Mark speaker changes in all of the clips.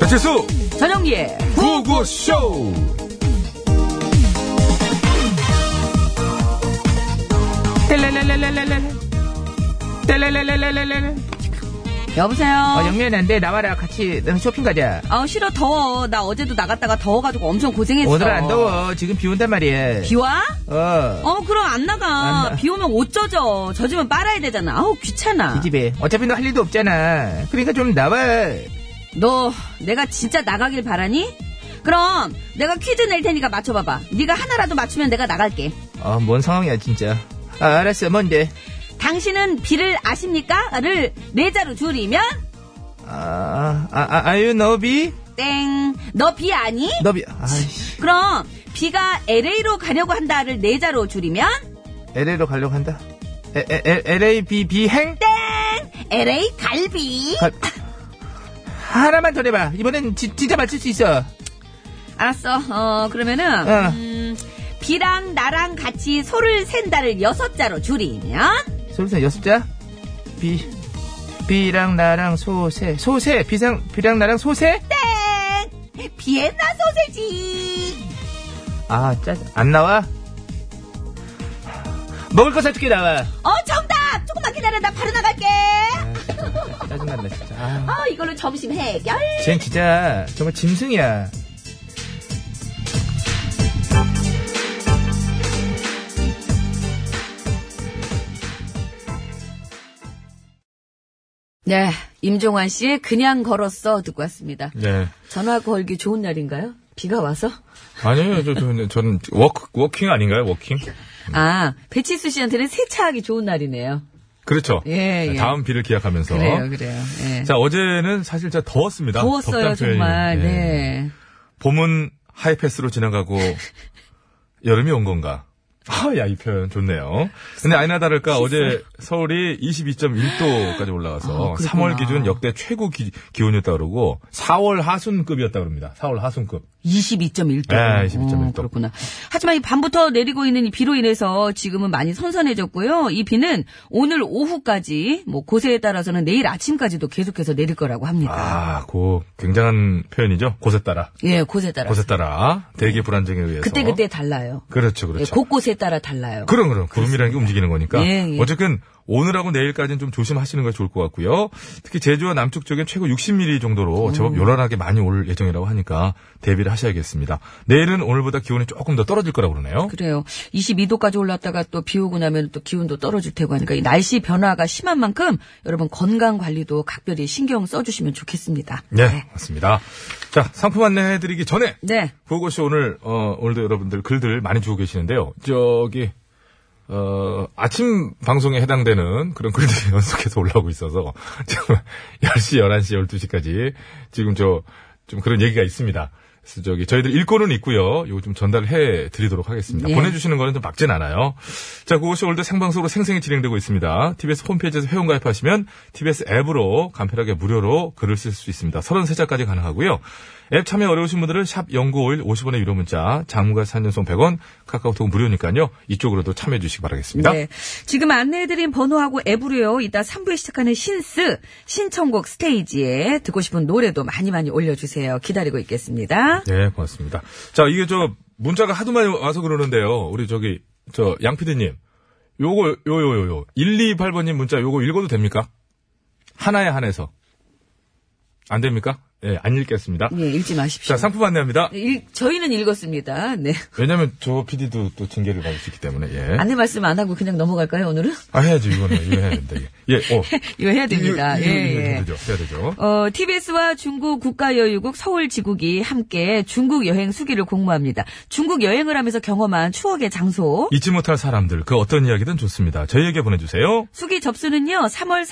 Speaker 1: 배칠수
Speaker 2: 전영기의
Speaker 1: 구호구쇼
Speaker 3: 떼레레레레레레레. 떼레레레레레레레.
Speaker 2: 어. 여보세요.
Speaker 3: 어, 영면한데 나와라 같이 쇼핑 가자.
Speaker 2: 아 싫어 더워. 나 어제도 나갔다가 더워가지고 엄청 고생했어.
Speaker 3: 오늘 안 더워. 지금 비 온단 말이야.
Speaker 2: 비 와?
Speaker 3: 어.
Speaker 2: 어 그럼 안 나가.
Speaker 3: 안 나-
Speaker 2: 비 오면 옷 젖어. 젖으면 빨아야 되잖아. 아우 귀찮아.
Speaker 3: 이 집에. 어차피 너 할 일도 없잖아. 그러니까 좀 나와.
Speaker 2: 너 내가 진짜 나가길 바라니? 그럼 내가 퀴즈 낼 테니까 맞춰봐봐. 네가 하나라도 맞추면 내가 나갈게.
Speaker 3: 어, 뭔 상황이야, 진짜. 아, 알았어. 뭔데?
Speaker 2: 당신은 비를 아십니까?를 네자로 줄이면
Speaker 3: 아, 아, 아, 아유, 너비?
Speaker 2: 땡. 너 비 아니?
Speaker 3: 너비. 아이씨.
Speaker 2: 그럼 비가 LA로 가려고 한다를 네자로 줄이면
Speaker 3: LA로 가려고 한다. 에, 에, 에, LA 비 비행?
Speaker 2: LA 갈비.
Speaker 3: 갈- 하나만 더 내봐. 이번엔 지- 진짜 맞출 수 있어.
Speaker 2: 알았어. 어 그러면은
Speaker 3: 어.
Speaker 2: 음, 비랑 나랑 같이 소를 센다를 여섯 자로 줄이면
Speaker 3: 소리선 여섯 자? 비, 비랑 나랑 소세. 소세! 비상, 비랑 나랑 소세?
Speaker 2: 땡. 비엔나 소세지.
Speaker 3: 아, 짜, 안 나와? 먹을 거 사줄게 나와.
Speaker 2: 어 정답. 조금만 기다려. 나 바로 나갈게.
Speaker 3: 아, 진짜, 짜증난다, 진짜. 아,
Speaker 2: 어 이걸로 점심 해결.
Speaker 3: 쟨 진짜 정말 짐승이야.
Speaker 2: 네. 임종환 씨의 그냥 걸었어 듣고 왔습니다.
Speaker 1: 네.
Speaker 2: 전화 걸기 좋은 날인가요? 비가 와서?
Speaker 1: 아니에요. 저, 저, 저는 워크, 워킹 아닌가요? 워킹?
Speaker 2: 아, 배치수 씨한테는 세차하기 좋은 날이네요.
Speaker 1: 그렇죠.
Speaker 2: 예, 예.
Speaker 1: 다음 비를 기약하면서.
Speaker 2: 그래요, 그래요. 예.
Speaker 1: 자, 어제는 사실 진짜 더웠습니다.
Speaker 2: 더웠어요,
Speaker 1: 덥단 표현이.
Speaker 2: 정말.
Speaker 1: 예.
Speaker 2: 네.
Speaker 1: 봄은 하이패스로 지나가고 여름이 온 건가? 아, 야, 이 표현 좋네요. 근데 아니나 다를까 어제 서울이 22.1도까지 올라가서
Speaker 2: 아, 그렇구나.
Speaker 1: 3월 기준 역대 최고 기, 온이었다 그러고 4월 하순급이었다 그럽니다. 4월 하순급.
Speaker 2: 22.1도. 어,
Speaker 1: 네, 22.1 도.
Speaker 2: 그렇구나. 하지만 이 밤부터 내리고 있는 이 비로 인해서 지금은 많이 선선해졌고요. 이 비는 오늘 오후까지, 뭐 곳에 따라서는 내일 아침까지도 계속해서 내릴 거라고 합니다.
Speaker 1: 아, 그 굉장한 표현이죠. 곳에 따라.
Speaker 2: 예, 곳에 따라.
Speaker 1: 곳에 따라 대기 불안정에 의해서.
Speaker 2: 네. 그때그때 달라요.
Speaker 1: 그렇죠, 그렇죠.
Speaker 2: 예, 곳곳에 따라 달라요.
Speaker 1: 그럼 그럼 구름이라는 게 움직이는 거니까
Speaker 2: 예, 예.
Speaker 1: 어쨌든 오늘하고 내일까지는 좀 조심하시는 것이 좋을 것 같고요. 특히 제주와 남쪽 쪽엔 최고 60mm 정도로
Speaker 2: 음.
Speaker 1: 제법 요란하게 많이 올 예정이라고 하니까 대비를 하셔야겠습니다. 내일은 오늘보다 기온이 조금 더 떨어질 거라고 그러네요.
Speaker 2: 그래요. 22도까지 올랐다가 또 비 오고 나면 또 기온도 떨어질 테고 하니까 이 날씨 변화가 심한 만큼 여러분 건강 관리도 각별히 신경 써주시면 좋겠습니다.
Speaker 1: 네, 맞습니다. 자, 상품 안내해드리기 전에
Speaker 2: 네.
Speaker 1: 구호고씨 오늘 어, 오늘도 여러분들 글들 많이 주고 계시는데요. 저기 어, 아침 방송에 해당되는 그런 글들이 연속해서 올라오고 있어서 지금 10시, 11시, 12시까지 지금 저 좀 그런 얘기가 있습니다. 그래서 저기 저희들 읽고는 있고요. 요거 좀 전달을 해 드리도록 하겠습니다.
Speaker 2: 네.
Speaker 1: 보내주시는 거는 좀 막진 않아요. 자, 그것이 오늘도 생방송으로 생생히 진행되고 있습니다. TBS 홈페이지에서 회원 가입하시면 TBS 앱으로 간편하게 무료로 글을 쓸 수 있습니다. 33자까지 가능하고요. 앱 참여 어려우신 분들은 샵 0951 50원의 유료 문자, 장무가 4년송 100원, 카카오톡 무료니까요. 이쪽으로도 참여해 주시기 바라겠습니다.
Speaker 2: 네. 지금 안내해드린 번호하고 앱으로요. 이따 3부에 시작하는 신스 신청곡 스테이지에 듣고 싶은 노래도 많이 많이 올려주세요. 기다리고 있겠습니다.
Speaker 1: 네, 고맙습니다. 자, 이게 저 문자가 하도 많이 와서 그러는데요. 우리 저기 저 양피디님, 요거 요요요요 128번님 문자 요거 읽어도 됩니까? 하나에 한해서 안 됩니까? 예, 안 읽겠습니다.
Speaker 2: 예, 읽지 마십시오.
Speaker 1: 자, 상품 안내합니다.
Speaker 2: 일- 저희는 읽었습니다. 네.
Speaker 1: 왜냐면 저 PD도 또 징계를 받을 수 있기 때문에 예.
Speaker 2: 안내 말씀 안 하고 그냥 넘어갈까요, 오늘은?
Speaker 1: 아 해야죠 이거는 이거 해야 된다. 예, 예, 어.
Speaker 2: 이거 해야 됩니다.
Speaker 1: 이거, 이거, 이거,
Speaker 2: 예, 예.
Speaker 1: 해야 되죠. 해야 되죠.
Speaker 2: 어, TBS와 중국 국가여유국 서울지국이 함께 중국 여행 수기를 공모합니다. 중국 여행을 하면서 경험한 추억의 장소.
Speaker 1: 잊지 못할 사람들 그 어떤 이야기든 좋습니다. 저희에게 보내주세요.
Speaker 2: 수기 접수는요, 3월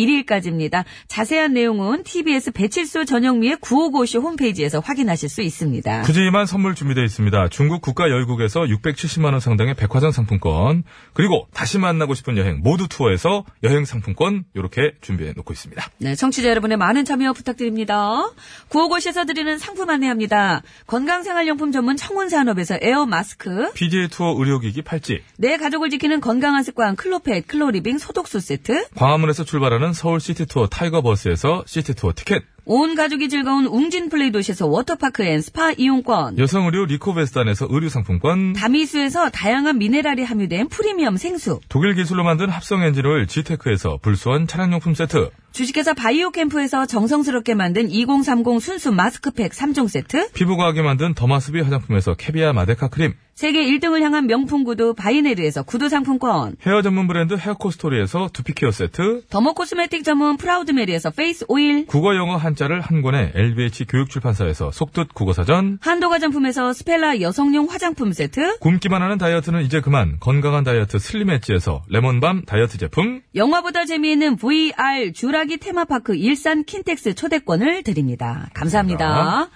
Speaker 2: 31일까지입니다. 자세한 내용은 TBS 배칠수 전영미의 955쇼 홈페이지에서 확인하실 수 있습니다.
Speaker 1: 푸짐한 선물 준비되어 있습니다. 중국 국가 여유국에서 670만원 상당의 백화점 상품권, 그리고 다시 만나고 싶은 여행 모두 투어에서 여행 상품권, 요렇게 준비해 놓고 있습니다.
Speaker 2: 네, 청취자 여러분의 많은 참여 부탁드립니다. 955쇼에서 드리는 상품 안내합니다. 건강생활용품 전문 청운산업에서 에어 마스크,
Speaker 1: PGA 투어 의료기기 팔찌,
Speaker 2: 내 가족을 지키는 건강한 습관 클로펫, 클로리빙 소독수 세트,
Speaker 1: 광화문에서 출발하는 서울 시티 투어 타이거 버스에서 시티 투어 티켓,
Speaker 2: 온 가족이 즐거운 웅진 플레이 도시에서 워터파크 앤 스파 이용권.
Speaker 1: 여성 의류 리코베스탄에서 의류 상품권.
Speaker 2: 다미수에서 다양한 미네랄이 함유된 프리미엄 생수.
Speaker 1: 독일 기술로 만든 합성 엔진 오일 지테크에서 불수원 차량용품 세트.
Speaker 2: 주식회사 바이오캠프에서 정성스럽게 만든 2030 순수 마스크팩 3종 세트.
Speaker 1: 피부과학이 만든 더마스비 화장품에서 캐비아 마데카 크림.
Speaker 2: 세계 1등을 향한 명품 구두 바이네르에서 구두 상품권.
Speaker 1: 헤어 전문 브랜드 헤어코스토리에서 두피케어 세트.
Speaker 2: 더모 코스메틱 전문 프라우드메리에서 페이스 오일.
Speaker 1: 국어 영어 한자를 한 권에 LBH 교육출판사에서 속뜻 국어사전.
Speaker 2: 한도 화장품에서 스펠라 여성용 화장품 세트.
Speaker 1: 굶기만 하는 다이어트는 이제 그만. 건강한 다이어트 슬림 엣지에서 레몬밤 다이어트 제품.
Speaker 2: 영화보다 재미있는 VR 주라기 테마파크 일산 킨텍스 초대권을 드립니다. 감사합니다.
Speaker 1: 감사합니다.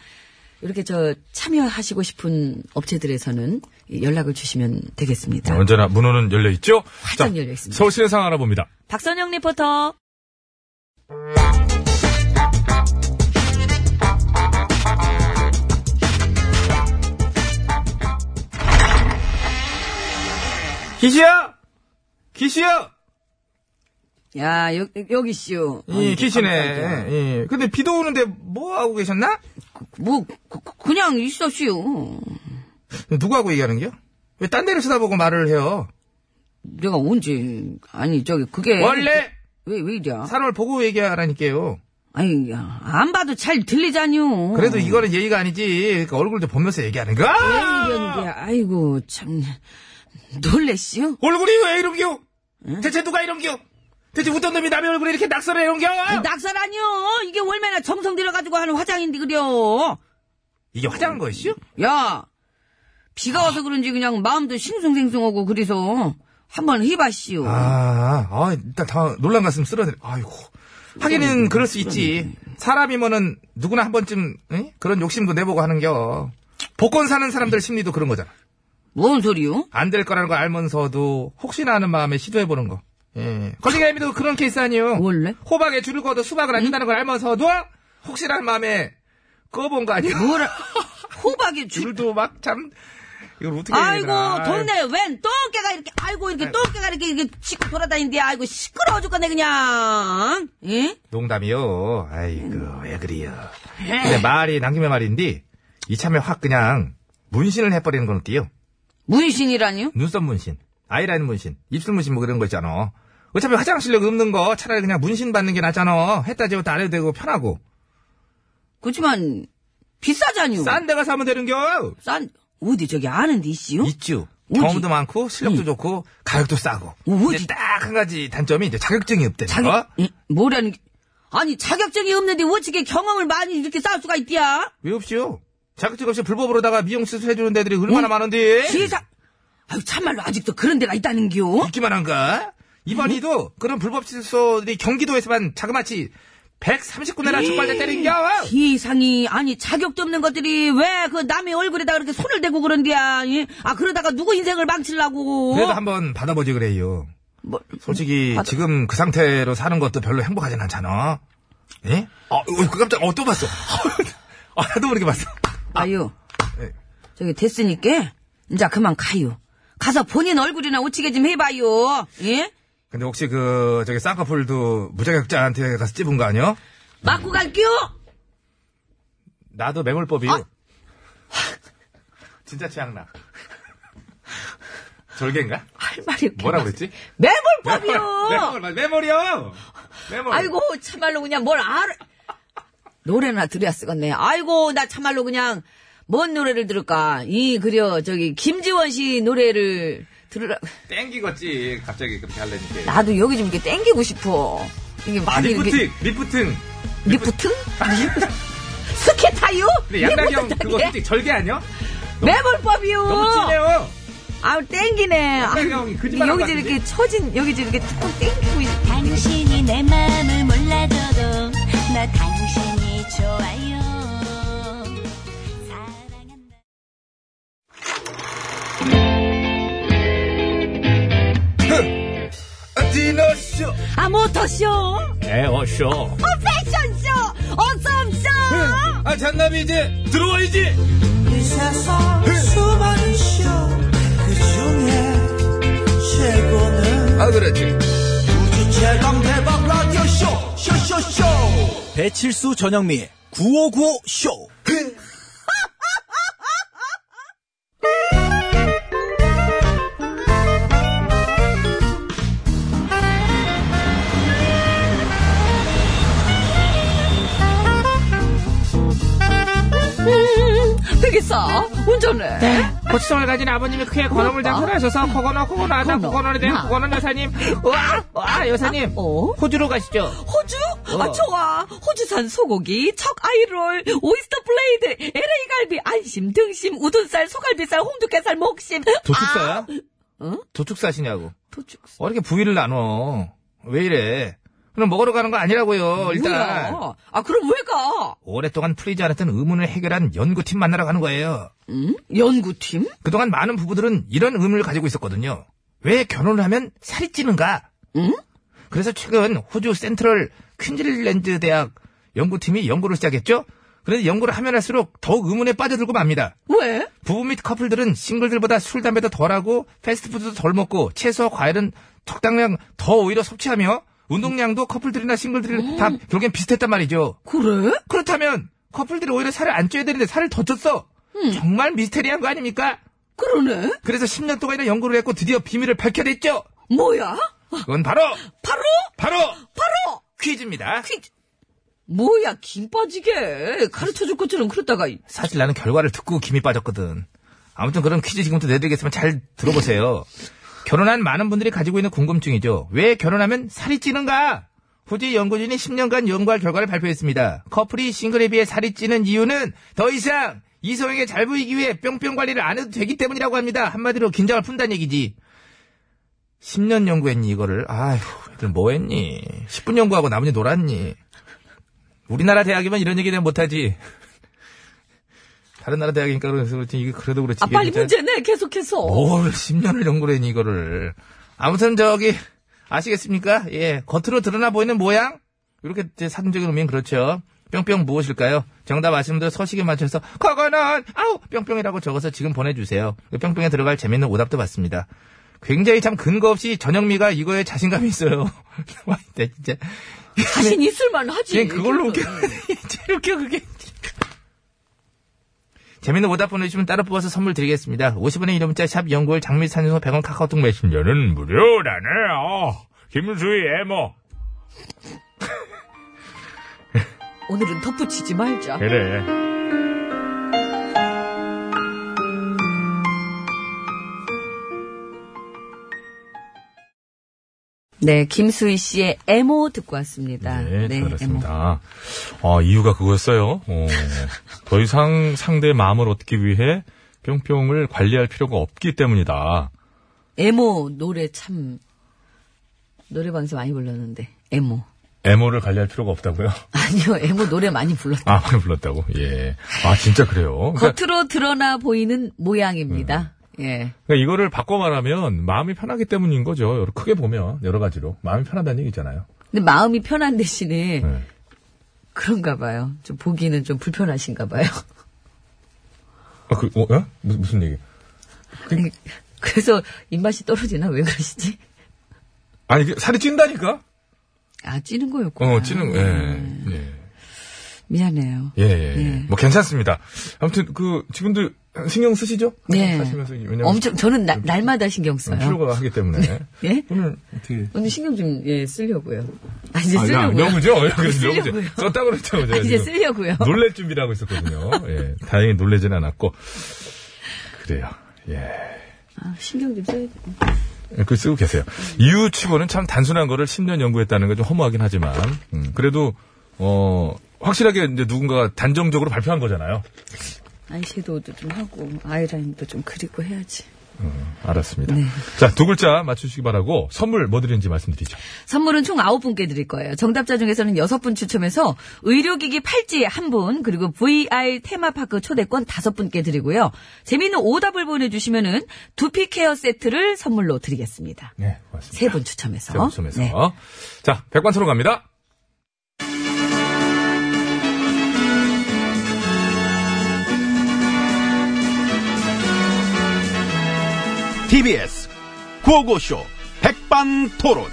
Speaker 2: 이렇게 저 참여하시고 싶은 업체들에서는 연락을 주시면 되겠습니다.
Speaker 1: 언제나 문호는 열려있죠?
Speaker 2: 활짝 열려있습니다.
Speaker 1: 서울시내 상 알아봅니다.
Speaker 2: 박선영 리포터.
Speaker 3: 기시야! 기시야!
Speaker 2: 야, 여, 여기 씨요.
Speaker 3: 어, 이,
Speaker 2: 아,
Speaker 3: 기시네. 예. 근데 비도 오는데 뭐 하고 계셨나?
Speaker 2: 뭐, 그- 그- 그냥 있어 씨요.
Speaker 3: 누구하고 얘기하는 게요? 왜 딴 데를 쳐다보고 말을 해요?
Speaker 2: 내가 언제, 아니, 저기,
Speaker 3: 네.
Speaker 2: 그게.
Speaker 3: 원래
Speaker 2: 왜, 왜 이래?
Speaker 3: 사람을 보고 얘기하라니까요.
Speaker 2: 아니, 야, 안 봐도 잘 들리잖요.
Speaker 3: 그래도 이거는 예의가 아니지. 그러니까 얼굴도 보면서 얘기하는 거.
Speaker 2: 아! 이런 게, 아이고, 참. 놀랬시요?
Speaker 3: 얼굴이 왜 이런겨? 대체 누가 이런겨? 대체 어떤 놈이 남의 얼굴에 이렇게 낙서를 해놓은겨?
Speaker 2: 낙살 아니요! 이게 얼마나 정성 들여가지고 하는 화장인데, 그려!
Speaker 3: 이게 화장한 거이슈?
Speaker 2: 야! 비가 와서 그런지 그냥 마음도 싱숭생숭하고 그래서 한번 해봤시오.
Speaker 3: 아, 아, 일단 다 놀란 가슴 쓸어내. 아이고. 하기는 그럴 수 있지. 사람이면은 누구나 한 번쯤 에? 그런 욕심도 내보고 하는겨. 복권 사는 사람들 심리도 그런 거잖아.
Speaker 2: 뭔 소리요?
Speaker 3: 안 될 거라는 걸 알면서도 혹시나 하는 마음에 시도해보는 거. 예. 걸리가미도 그런 케이스 아니요.
Speaker 2: 원래?
Speaker 3: 호박에 줄을 거도 수박을 안 준다는 걸 알면서도 혹시나 하는 마음에 꺼본 거 아니야?
Speaker 2: 뭐라, 호박이 줄,
Speaker 3: 줄도 막 참. 이걸 어떻게 해야
Speaker 2: 아이고,
Speaker 3: 되나.
Speaker 2: 동네 웬 똥개가 이렇게, 아이고, 이렇게 똥개가 이렇게, 이렇게 치고 돌아다니는데, 아이고, 시끄러워 죽겠네, 그냥. 예?
Speaker 3: 농담이요. 아이고, 왜 그래요.
Speaker 2: 네.
Speaker 3: 근데 말이 남김에 말인데, 이참에 확 그냥 문신을 해버리는 건 어때요?
Speaker 2: 문신이라니요?
Speaker 3: 눈썹 문신, 아이라인 문신, 입술 문신 뭐 그런 거 있잖아. 어차피 화장 실력 없는 거 차라리 그냥 문신 받는 게 낫잖아. 했다 지웠다 안 해도 되고 편하고.
Speaker 2: 그치만, 비싸잖요.
Speaker 3: 싼 데 가서 하면 되는겨.
Speaker 2: 싼, 어디 저기 아는데 있지요?
Speaker 3: 있죠.
Speaker 2: 오지.
Speaker 3: 경험도 많고 실력도
Speaker 2: 응.
Speaker 3: 좋고 가격도 싸고.
Speaker 2: 오지.
Speaker 3: 딱한 가지 단점이 이제 자격증이 없대.
Speaker 2: 자격,
Speaker 3: 어?
Speaker 2: 응? 뭐라는 게, 아니, 자격증이 없는데 어떻게 경험을 많이 이렇게 쌓을 수가 있디야?
Speaker 3: 왜 없이요? 자격증 없이 불법으로다가 미용 시술 해주는 데들이 얼마나 많은데?
Speaker 2: 세상, 아유, 참말로 아직도 그런 데가 있다는겨?
Speaker 3: 있기만 한가? 이번이도 그런 불법 시설이 경기도에서만 자그마치 130군데나 촉발돼 때린겨!
Speaker 2: 세상이, 아니, 자격도 없는 것들이 왜 그 남의 얼굴에다 그렇게 손을 대고 그런디야? 예? 아, 그러다가 누구 인생을 망치려고?
Speaker 3: 그래도 한번 받아보지 그래요.
Speaker 2: 뭐,
Speaker 3: 솔직히
Speaker 2: 받아-
Speaker 3: 지금 그 상태로 사는 것도 별로 행복하진 않잖아. 예? 아, 그 깜짝, 어, 또 봤어. 아, 나도 모르게 봤어.
Speaker 2: 아유,
Speaker 3: 예.
Speaker 2: 저기 됐으니까, 이제 그만 가요. 가서 본인 얼굴이나 오치게 좀 해봐요. 예?
Speaker 3: 근데 혹시 그, 저기 쌍꺼풀도 무자격자한테 가서 찝은 거 아니야?
Speaker 2: 맞고 갈게요!
Speaker 3: 나도 매몰법이요.
Speaker 2: 아.
Speaker 3: 진짜 취향나. 절개인가?
Speaker 2: 할 말이 없게.
Speaker 3: 뭐라 그랬지?
Speaker 2: 매몰법이요!
Speaker 3: 매몰, 매몰이요! 매몰.
Speaker 2: 아이고, 참말로 그냥 뭘 알아. 노래나 들어야 쓰겠네. 아이고, 나 참말로 그냥, 뭔 노래를 들을까? 이, 그려, 저기, 김지원 씨 노래를 들으라.
Speaker 3: 땡기겠지 갑자기 그렇게 하려니까
Speaker 2: 나도 여기 좀 이렇게 땡기고 싶어. 이게
Speaker 3: 아,
Speaker 2: 많이 이렇게.
Speaker 3: 리프팅 리프팅
Speaker 2: 리프트? 스키타요?
Speaker 3: 근데 양락이 형
Speaker 2: 리프트
Speaker 3: 그거
Speaker 2: 타게?
Speaker 3: 솔직히 절개 아니야?
Speaker 2: 매몰법이요!
Speaker 3: 너무 진해요
Speaker 2: 아우, 땡기네. 아우,
Speaker 3: 양락이 형이 거짓말한 거
Speaker 2: 여기저 이렇게 처진, 여기저 이렇게 뚜껑 땡기고 있어.
Speaker 4: 당신이 내 마음을 몰라줘도 나 당신이 좋아요 사랑한다
Speaker 3: 디너쇼
Speaker 2: 아, 모터쇼!
Speaker 1: 에어쇼.
Speaker 2: 어, 패션쇼! 어썸쇼!
Speaker 3: 아 잔나비 이제 들어와야지
Speaker 5: 이 세상 수많은 쇼그 중에 최고는
Speaker 3: 아 그렇지
Speaker 5: 우주 최강 대박 라디오 쇼 쇼쇼쇼
Speaker 6: 배칠수 전영미 9595 쇼.
Speaker 2: 되겠어. 운전해.
Speaker 3: 고추성을 가진 아버님이 크게 건어물
Speaker 2: 그러니까.
Speaker 3: 장사를 하셔서 코건어 코건어 하다
Speaker 2: 건어.
Speaker 3: 코건어에 대한
Speaker 2: 나.
Speaker 3: 코건어 여사님 와, 와 여사님
Speaker 2: 어?
Speaker 3: 호주로 가시죠
Speaker 2: 호주?
Speaker 3: 어.
Speaker 2: 아, 좋아. 호주산 소고기, 척 아이롤, 오이스터 플레이드, LA 갈비, 안심, 등심, 우둔살, 소갈비살, 홍두깨살, 목심.
Speaker 3: 도축사야?
Speaker 2: 아, 응?
Speaker 3: 도축사시냐고
Speaker 2: 도축.
Speaker 3: 어, 이렇게 부위를 나눠 왜 이래 그럼 먹으러 가는 거 아니라고요 어, 일단
Speaker 2: 뭐야? 아, 그럼 왜 가?
Speaker 3: 오랫동안 풀리지 않았던 의문을 해결한 연구팀 만나러 가는 거예요
Speaker 2: 응? 연구팀?
Speaker 3: 그동안 많은 부부들은 이런 의문을 가지고 있었거든요 왜 결혼을 하면 살이 찌는가
Speaker 2: 응?
Speaker 3: 그래서 최근 호주 센트럴 퀸즐랜드 대학 연구팀이 연구를 시작했죠. 그런데 연구를 하면 할수록 더욱 의문에 빠져들고 맙니다.
Speaker 2: 왜?
Speaker 3: 부부 및 커플들은 싱글들보다 술, 담배도 덜하고 패스트푸드도 덜 먹고 채소와 과일은 적당량 더 오히려 섭취하며 운동량도 커플들이나 싱글들이 다 결국엔 비슷했단 말이죠.
Speaker 2: 그래?
Speaker 3: 그렇다면 커플들이 오히려 살을 안 쪄야 되는데 살을 더 쪘어. 정말 미스테리한 거 아닙니까?
Speaker 2: 그러네?
Speaker 3: 그래서 10년 동안이나 연구를 했고 드디어 비밀을 밝혀냈죠.
Speaker 2: 뭐야?
Speaker 3: 그건 바로
Speaker 2: 바로?
Speaker 3: 바로
Speaker 2: 바로!
Speaker 3: 퀴즈입니다.
Speaker 2: 퀴즈. 뭐야, 김 빠지게. 가르쳐 줄 것처럼 그러다가. 아,
Speaker 3: 사실 나는 결과를 듣고 김이 빠졌거든. 아무튼 그런 퀴즈 지금부터 내드리겠으면 잘 들어보세요. 결혼한 많은 분들이 가지고 있는 궁금증이죠. 왜 결혼하면 살이 찌는가? 호주 연구진이 10년간 연구할 결과를 발표했습니다. 커플이 싱글에 비해 살이 찌는 이유는 더 이상 이성에게 잘 보이기 위해 뿅뿅 관리를 안 해도 되기 때문이라고 합니다. 한마디로 긴장을 푼다는 얘기지. 10년 연구했니 이거를? 아휴, 애들 뭐 했니? 10분 연구하고 나머지 놀았니? 우리나라 대학이면 이런 얘기는 못하지. 다른 나라 대학이니까 그래서 그렇지. 이게 그래도 그렇지.
Speaker 2: 아,
Speaker 3: 이게
Speaker 2: 빨리
Speaker 3: 진짜
Speaker 2: 문제네, 계속해서.
Speaker 3: 뭘 10년을 연구를 했니 이거를. 아무튼 저기 아시겠습니까? 예, 겉으로 드러나 보이는 모양? 이렇게 이제 사전적인 의미는 그렇죠. 뿅뿅 무엇일까요? 정답 아시는 분들 서식에 맞춰서 그거는 아우 뿅뿅이라고 적어서 지금 보내주세요. 그 뿅뿅에 들어갈 재밌는 오답도 받습니다. 굉장히 참 근거 없이 전영미가 이거에 자신감이 있어요. 와, 나 진짜.
Speaker 2: 자신 있을만 하지.
Speaker 3: 그냥 그걸로 웃겨.
Speaker 2: 그거는.
Speaker 3: 제일 웃겨, 그게. 재밌는 오답 보내주시면 따로 뽑아서 선물 드리겠습니다. 50원의 이름 문자 샵 연구일 장미산에서 100원 카카오톡 메신
Speaker 1: 연은 무료라네요. 어, 김수희 애모.
Speaker 2: 오늘은 덧붙이지 말자.
Speaker 1: 그래.
Speaker 2: 네, 김수희 씨의 에모 듣고 왔습니다.
Speaker 1: 네, 잘 들었습니다. 어, 이유가 그거였어요. 어, 더 이상 상대의 마음을 얻기 위해 뿅뿅을 관리할 필요가 없기 때문이다.
Speaker 2: 에모. 에모 노래 참 노래방에서 많이 불렀는데 에모.
Speaker 1: 애모를 관리할 필요가 없다고요?
Speaker 2: 아니요, 에모 노래 많이 불렀다.
Speaker 1: 아, 많이 불렀다고? 예. 아, 진짜 그래요. 그러니까,
Speaker 2: 겉으로 드러나 보이는 모양입니다. 예.
Speaker 1: 그러니까 이거를 바꿔 말하면 마음이 편하기 때문인 거죠. 여러- 크게 보면 여러 가지로. 마음이 편하다는 얘기잖아요.
Speaker 2: 근데 마음이 편한 대신에
Speaker 1: 네.
Speaker 2: 그런가 봐요. 좀 보기는 좀 불편하신가 봐요.
Speaker 1: 아, 그, 어, 예? 무슨, 무슨 얘기?
Speaker 2: 아니, 그래서 입맛이 떨어지나 왜 그러시지?
Speaker 1: 아니, 그 살이 찐다니까?
Speaker 2: 아, 찌는 거였구나.
Speaker 1: 어, 찌는, 예. 예.
Speaker 2: 미안해요.
Speaker 1: 예, 예, 예.
Speaker 2: 예.
Speaker 1: 뭐 괜찮습니다. 아무튼 그 지금도 신경 쓰시죠?
Speaker 2: 네.
Speaker 1: 사시면서 왜냐면
Speaker 2: 엄청 저는 나- 날마다 신경 써요.
Speaker 1: 필요가 하기 때문에.
Speaker 2: 예?
Speaker 1: 오늘 어떻게?
Speaker 2: 오늘 신경 좀, 예, 쓰려고요. 아, 이제
Speaker 1: 아,
Speaker 2: 쓰려고요.
Speaker 1: 야, 명우죠? 야, 그래서 명우죠.
Speaker 2: 쓰려고요.
Speaker 1: 썼다 그랬죠,
Speaker 2: 아,
Speaker 1: 제가
Speaker 2: 이제
Speaker 1: 지금.
Speaker 2: 쓰려고요.
Speaker 1: 놀랄 준비를 하고 있었거든요. 예, 다행히 놀래지는 않았고. 그래요. 예.
Speaker 2: 아, 신경 좀 써야 돼.
Speaker 1: 그 쓰고 계세요. 이유 치고는 참 단순한 거를 10년 연구했다는 게 좀 허무하긴 하지만, 음, 그래도, 어, 확실하게 이제 누군가가 단정적으로 발표한 거잖아요.
Speaker 2: 아이섀도우도 좀 하고, 아이라인도 좀 그리고 해야지.
Speaker 1: 알았습니다.
Speaker 2: 네.
Speaker 1: 자, 두 글자 맞추시기 바라고 선물 뭐 드리는지 말씀드리죠.
Speaker 2: 선물은 총 9분께 드릴 거예요. 정답자 중에서는 6분 추첨해서 의료기기 팔찌 1분, 그리고 VR 테마파크 초대권 5분께 드리고요. 재미있는 오답을 보내주시면은 두피 케어 세트를 선물로 드리겠습니다.
Speaker 1: 네, 고맙습니다.
Speaker 2: 3분 추첨해서.
Speaker 1: 세분 쯤에서.
Speaker 2: 네.
Speaker 1: 자, 백반처럼 갑니다.
Speaker 6: TBS 구호고쇼 백반토론.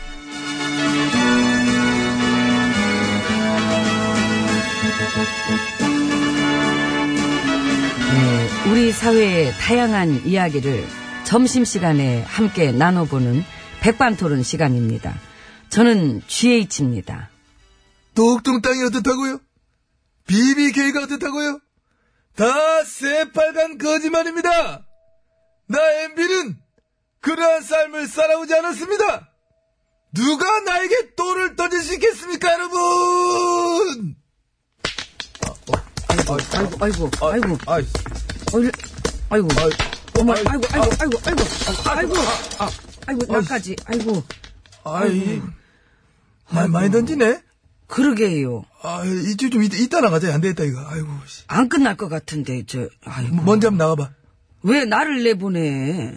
Speaker 2: 음, 우리 사회의 다양한 이야기를 점심시간에 함께 나눠보는 백반토론 시간입니다. 저는 GH입니다.
Speaker 7: 똑뚱 땅이 어떻다고요? BBK가 어떻다고요? 다 새빨간 거짓말입니다. 나 MB는 그러한 삶을 살아오지 않았습니다. 누가 나에게 돌을 던지시겠습니까, 여러분?
Speaker 2: 아이고, 아이고, 아이고, 아이고,
Speaker 7: 아이,
Speaker 2: 어이, 아이고, 어머,
Speaker 7: 아이,
Speaker 2: 아이고, 아이고, 아이고, 아이고, 아이고, 아이고, 나까지, 아이고,
Speaker 7: 아이, 많이, 많이 던지네?
Speaker 2: 그러게요.
Speaker 7: 아, 이제 좀 이따, 이따 나가자. 안 되겠다, 이거. 아이고, 씨.
Speaker 2: 안 끝날 것 같은데, 저, 아이고.
Speaker 7: 먼저 한번 나가봐.
Speaker 2: 왜 나를 내보내?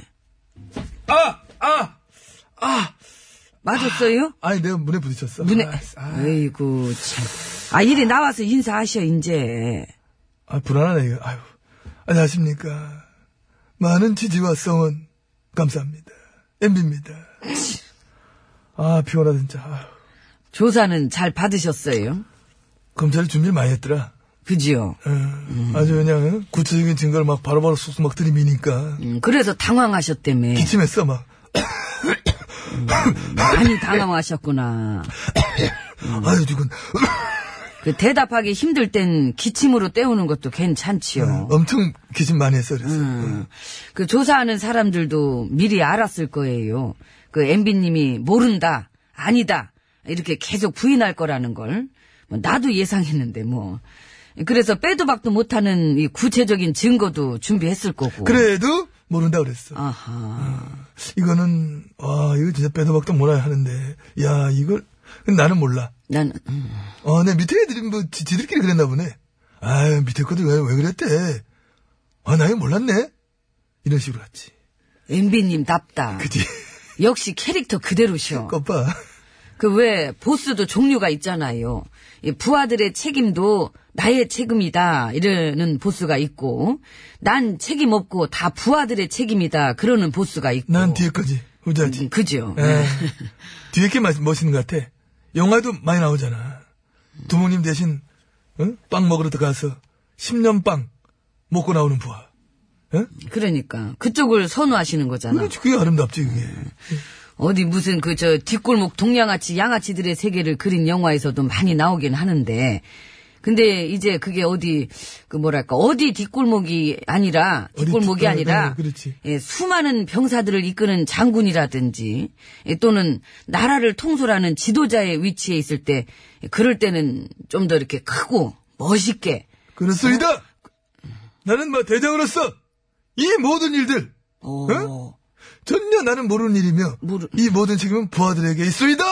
Speaker 7: 아! 아!
Speaker 2: 맞았어요?
Speaker 7: 아니, 내가 문에 부딪혔어.
Speaker 2: 눈에,
Speaker 7: 아, 아,
Speaker 2: 아이고, 참. 아, 이리 나와서 인사하셔, 이제.
Speaker 7: 아, 불안하네, 이거. 아유. 안녕하십니까. 많은 지지와 성원, 감사합니다. MB입니다. 아, 피곤하다, 진짜. 아유,
Speaker 2: 조사는 잘 받으셨어요?
Speaker 7: 검찰이 준비를 많이 했더라.
Speaker 2: 그지요?
Speaker 7: 어, 아주 그냥 어? 구체적인 증거를 막 바로바로 쏙쏙 막 들이미니까
Speaker 2: 음, 그래서 당황하셨다며.
Speaker 7: 기침했어 막
Speaker 2: 많이 당황하셨구나.
Speaker 7: 아유 지금
Speaker 2: 그 대답하기 힘들 땐 기침으로 때우는 것도 괜찮지요.
Speaker 7: 엄청 기침 많이 했어 그래서
Speaker 2: 어. 음. 그 조사하는 사람들도 미리 알았을 거예요. 그 MB님이 모른다, 아니다, 이렇게 계속 부인할 거라는 걸. 뭐 나도 예상했는데, 뭐. 그래서 빼도 박도 못하는 이 구체적인 증거도 준비했을 거고.
Speaker 7: 그래도 모른다 그랬어
Speaker 2: 아하.
Speaker 7: 이거는 와 이거 진짜 빼도 박도 몰아야 하는데 야 이걸 나는 몰라
Speaker 2: 난, 음.
Speaker 7: 어내 밑에 애들이 뭐 지, 들끼리 그랬나 보네 아유 밑에 것들 왜, 왜 그랬대 아 나 이거 몰랐네 이런 식으로 갔지
Speaker 2: MB님 답다.
Speaker 7: 그지
Speaker 2: 역시 캐릭터 그대로셔.
Speaker 7: 껍봐
Speaker 2: 그 왜 보스도 종류가 있잖아요. 이 부하들의 책임도 나의 책임이다 이러는 보스가 있고 난 책임 없고 다 부하들의 책임이다 그러는 보스가 있고
Speaker 7: 난 뒤에 네. 거지 후자지
Speaker 2: 음, 그죠?
Speaker 7: 에, 뒤에 게 맛- 멋있는 것 같아. 영화에도 많이 나오잖아. 부모님 대신 어? 빵 먹으러 들어가서 10년 빵 먹고 나오는 부하. 어?
Speaker 2: 그러니까 그쪽을 선호하시는 거잖아.
Speaker 7: 그렇지, 그게 아름답지 그게.
Speaker 2: 어디 무슨 그 저 뒷골목 동양아치 양아치들의 세계를 그린 영화에서도 많이 나오긴 하는데 근데 이제 그게 어디 그 뭐랄까 어디 뒷골목이 아니라
Speaker 7: 어디
Speaker 2: 뒷골목이
Speaker 7: 뒷-
Speaker 2: 아니라
Speaker 7: 네, 그렇지.
Speaker 2: 예, 수많은 병사들을 이끄는 장군이라든지 예, 또는 나라를 통솔하는 지도자의 위치에 있을 때 예, 그럴 때는 좀 더 이렇게 크고 멋있게
Speaker 7: 그렇습니다. 나는 뭐 대장으로서 이 모든 일들
Speaker 2: 어,
Speaker 7: 어? 전혀 나는 모르는 일이며
Speaker 2: 모르-
Speaker 7: 이 모든 책임은 부하들에게 있습니다.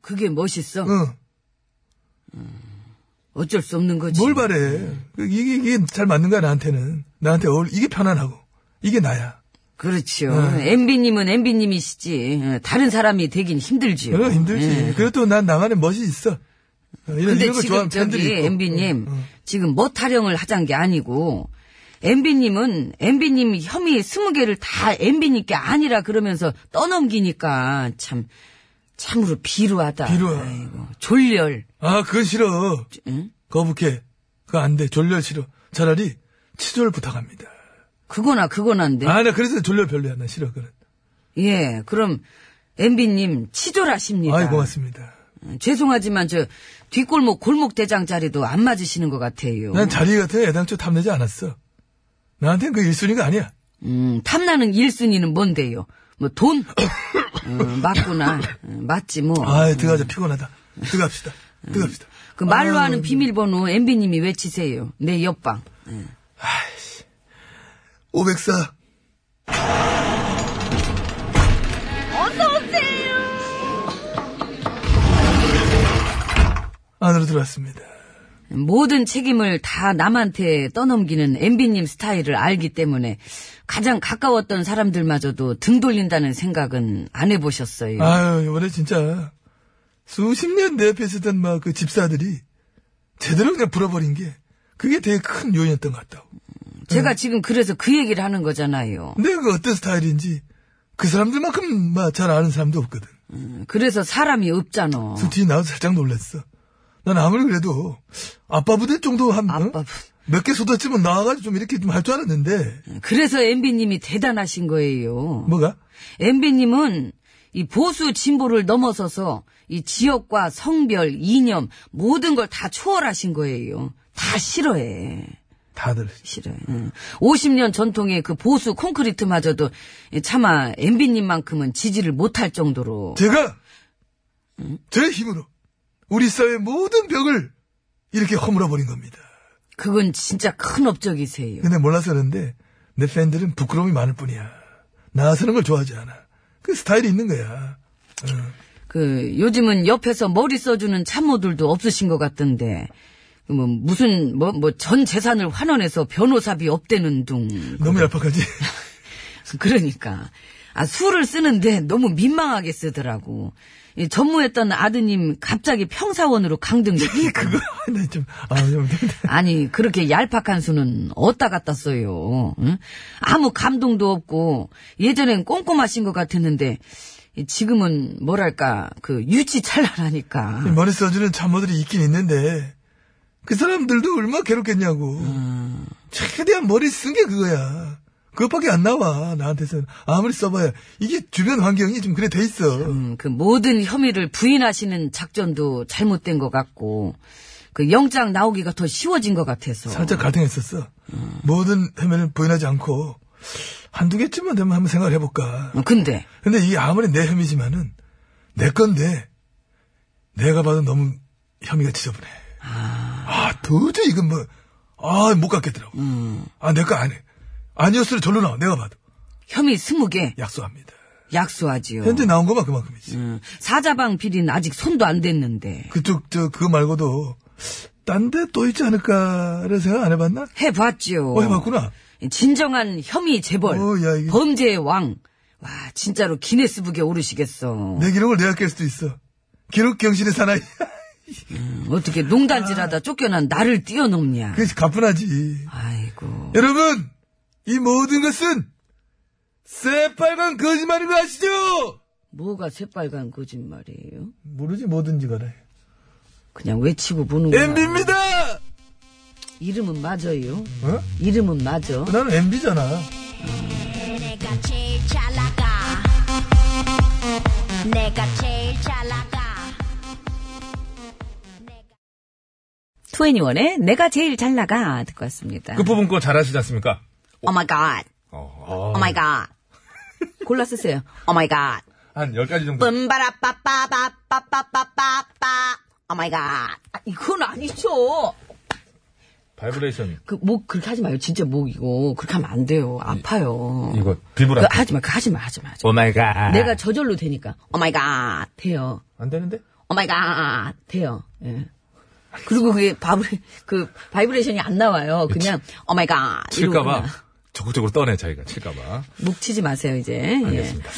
Speaker 2: 그게 멋있어
Speaker 7: 어,
Speaker 2: 어쩔 수 없는 거지
Speaker 7: 뭘 바래? 그 이게 이게 잘 맞는 거야 나한테는 나한테 어울 이게 편안하고 이게 나야.
Speaker 2: 그렇지요.
Speaker 7: 응.
Speaker 2: MB님은 MB님이시지. 예, 다른 사람이 되긴 힘들지요.
Speaker 7: 그래 어, 네, 힘들지.
Speaker 2: 예.
Speaker 7: 그래도 난 나만의 멋이 있어. 어, 이런,
Speaker 2: 근데
Speaker 7: 이런 걸
Speaker 2: 지금
Speaker 7: 좋아하는 팬들이
Speaker 2: 저기
Speaker 7: 있고.
Speaker 2: MB님,
Speaker 7: 어, 어.
Speaker 2: 지금 뭐 타령을 하자는 게 아니고, MB님은 MB님 혐의 20개를 다 MB님께 아니라 그러면서 떠넘기니까 참, 참으로 비루하다.
Speaker 7: 비루하.
Speaker 2: 아이고, 졸렬.
Speaker 7: 아 그건 싫어.
Speaker 2: 응?
Speaker 7: 거북해. 그거 안 돼. 졸렬 싫어. 차라리 치졸 부탁합니다.
Speaker 2: 그거나 그거나인데.
Speaker 7: 아 나 그래서 졸렬 별로야. 난 싫어. 그건.
Speaker 2: 예, 그럼 MB님 치졸하십니다.
Speaker 7: 아이 고맙습니다.
Speaker 2: 음, 죄송하지만 저 뒷골목 골목 대장 자리도 안 맞으시는 것 같아요.
Speaker 7: 난 자리 같은 애당초 탐내지 않았어. 나한텐 그 일순위가 아니야.
Speaker 2: 음, 탐나는 1순위는 뭔데요? 뭐 돈? 어, 맞구나. 어, 맞지 뭐.
Speaker 7: 아이 들어가자 피곤하다. 들어갑시다. 들어갑시다.
Speaker 2: 그 말로 하는 비밀번호 MB님이 외치세요. 내 옆방.
Speaker 7: 504. 안으로 들어왔습니다.
Speaker 2: 모든 책임을 다 남한테 떠넘기는 MB님 스타일을 알기 때문에 가장 가까웠던 사람들마저도 등 돌린다는 생각은 안 해보셨어요.
Speaker 7: 아유, 이번에 진짜 수십 년 내 옆에 있었던 막 그 집사들이 제대로 그냥 불어버린 게 그게 되게 큰 요인이었던 것 같다고. 네.
Speaker 2: 제가 지금 그래서 그 얘기를 하는 거잖아요.
Speaker 7: 근데 그 어떤 스타일인지 그 사람들만큼 막 잘 아는 사람도 없거든.
Speaker 2: 그래서 사람이 없잖아.
Speaker 7: 솔직히 나도 살짝 놀랐어. 난 암을 그래도 아빠 부대 정도 한 어?
Speaker 2: 아빠
Speaker 7: 몇 개 쏟았으면 나와가지고 좀 이렇게 좀 할 줄 알았는데
Speaker 2: 그래서 MB님이 대단하신 거예요.
Speaker 7: 뭐가?
Speaker 2: MB님은 이 보수 진보를 넘어서서 이 지역과 성별, 이념 모든 걸 다 초월하신 거예요. 다 싫어해.
Speaker 7: 다들
Speaker 2: 싫어요. 50년 전통의 그 보수 콘크리트마저도 차마 MB님만큼은 지지를 못할 정도로.
Speaker 7: 제가 제 힘으로 우리 사회 모든 벽을 이렇게 허물어버린 겁니다.
Speaker 2: 그건 진짜 큰 업적이세요.
Speaker 7: 근데 몰라서 그런데 내 팬들은 부끄러움이 많을 뿐이야. 나서는 걸 좋아하지 않아. 그 스타일이 있는 거야.
Speaker 2: 그 요즘은 옆에서 머리 써주는 참모들도 없으신 것 같던데 뭐 무슨 뭐 뭐 전 재산을 환원해서 변호사비 업대는 둥
Speaker 7: 너무 얄팍하지?
Speaker 2: 그러니까 아 술을 쓰는데 너무 민망하게 쓰더라고 이 전무했던 아드님 갑자기 평사원으로 강등됐고
Speaker 7: 나 좀, 아, 좀,
Speaker 2: 아니 그렇게 얄팍한 수는 어디다 갖다 써요 응? 아무 감동도 없고 예전엔 꼼꼼하신 것 같았는데 이 지금은 뭐랄까 그 유치찬란하니까
Speaker 7: 머리 써주는 참모들이 있긴 있는데 그 사람들도 얼마나 괴롭겠냐고. 최대한 머리 쓴 게 그거야. 그것밖에 안 나와 나한테서는 아무리 써봐야 이게 주변 환경이 좀 그래 돼 있어.
Speaker 2: 음, 그 모든 혐의를 부인하시는 작전도 잘못된 것 같고 그 영장 나오기가 더 쉬워진 것 같아서
Speaker 7: 살짝 갈등했었어. 모든 해면을 부인하지 않고 한두 개쯤만 되면 한번 생각을 해볼까.
Speaker 2: 어, 근데
Speaker 7: 근데 이게 아무리 내 혐의지만은 내 건데 내가 봐도 너무 혐의가 지저분해. 아, 도저히 이건 뭐, 아, 못 갖겠더라고. 아, 내 거 아니. 아니었으면 절로 나와. 내가 봐도.
Speaker 2: 혐의 20개
Speaker 7: 약속합니다.
Speaker 2: 약소하지요
Speaker 7: 현재 나온 것만 그만큼이지.
Speaker 2: 음, 사자방 비리는 아직 손도 안 댔는데
Speaker 7: 그쪽, 저, 그거 말고도 딴 데 또 있지 않을까를 생각 안 해봤나?
Speaker 2: 해봤지요
Speaker 7: 어, 해봤구나.
Speaker 2: 진정한 혐의 재벌
Speaker 7: 어, 야, 이게-
Speaker 2: 범죄의 왕 와, 진짜로 기네스북에 오르시겠어.
Speaker 7: 내 기록을 내가 깰 수도 있어. 기록 경신의 사나이.
Speaker 2: 어떻게 농단질하다 쫓겨난 나를 뛰어넘냐.
Speaker 7: 그게 가뿐하지.
Speaker 2: 아이고.
Speaker 7: 여러분, 이 모든 것은 새빨간 거짓말인 거 아시죠?
Speaker 2: 뭐가 새빨간 거짓말이에요?
Speaker 7: 모르지, 뭐든지 간에.
Speaker 2: 그냥 외치고 보는 거야.
Speaker 7: MB입니다!
Speaker 2: 이름은 맞아요.
Speaker 7: 어?
Speaker 2: 이름은 맞아.
Speaker 7: 나는 MB잖아.
Speaker 4: 내가 제일 잘 나가 내가 제일 잘 나가
Speaker 2: 21의 내가 제일 잘 나가 듣고 왔습니다.
Speaker 7: 그
Speaker 1: 끝부분 거 잘하시지 않습니까?
Speaker 2: Oh my god.
Speaker 1: 어,
Speaker 2: Oh my god. 골라 쓰세요. Oh my god.
Speaker 1: 한 10가지 정도.
Speaker 2: 뿜바라빠빠바빠빠빠빠빠. Oh my god. 아, 이건 아니죠.
Speaker 1: 바이브레이션.
Speaker 2: 그, 목, 그렇게 하지 마요. 진짜 목, 이거. 그렇게 하면 안 돼요. 아파요.
Speaker 1: 이거 Oh 비브라토.
Speaker 2: 그, 하지 마, 그, 하지 마, 하지 마. 하지 마.
Speaker 3: 오마이갓.
Speaker 2: 내가 저절로 되니까. Oh my god. 돼요.
Speaker 1: 안 되는데?
Speaker 2: 오마이갓 돼요. 예. 그리고 그게 바브레 그 바이브레이션이 안 나와요. 그냥 Oh 오마이갓
Speaker 1: 칠까봐. 적극적으로 떠내, 자기가. 칠까봐.
Speaker 2: 목 치지 마세요 이제. 예.
Speaker 1: 알겠습니다.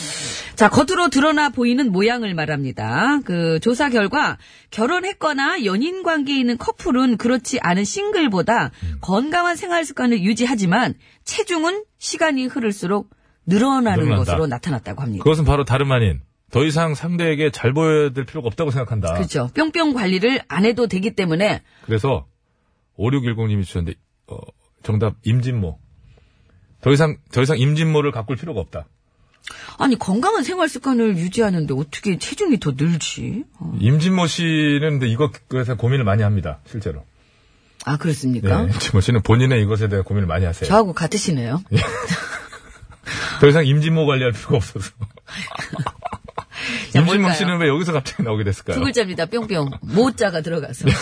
Speaker 2: 자 겉으로 드러나 보이는 모양을 말합니다. 그 조사 결과 결혼했거나 연인 관계에 있는 커플은 그렇지 않은 싱글보다
Speaker 1: 음.
Speaker 2: 건강한 생활 습관을 유지하지만 체중은 시간이 흐를수록 늘어나는
Speaker 1: 늘어난다.
Speaker 2: 것으로 나타났다고 합니다.
Speaker 1: 그것은 바로 다름 아닌 더 이상 상대에게 잘 보여야 될 필요가 없다고 생각한다.
Speaker 2: 그렇죠. 뿅뿅 관리를 안 해도 되기 때문에
Speaker 1: 그래서 5610님이 주셨는데 어, 정답 임진모. 더 이상 더 이상 임진모를 가꿀 필요가 없다.
Speaker 2: 아니 건강한 생활 습관을 유지하는데 어떻게 체중이 더 늘지? 어.
Speaker 1: 임진모 씨는 근데 이것에 고민을 많이 합니다. 실제로.
Speaker 2: 아
Speaker 1: 네,
Speaker 2: 그렇습니까?
Speaker 1: 임진모 씨는 본인의 이것에 대한 고민을 많이 하세요.
Speaker 2: 저하고 같으시네요.
Speaker 1: 더 이상 임진모 관리할 필요가 없어서.
Speaker 2: 야,
Speaker 1: 임진모
Speaker 2: 뭘까요?
Speaker 1: 씨는 왜 여기서 갑자기 나오게 됐을까요?
Speaker 2: 두 글자입니다. 뿅뿅 모자가 들어가서
Speaker 1: 네.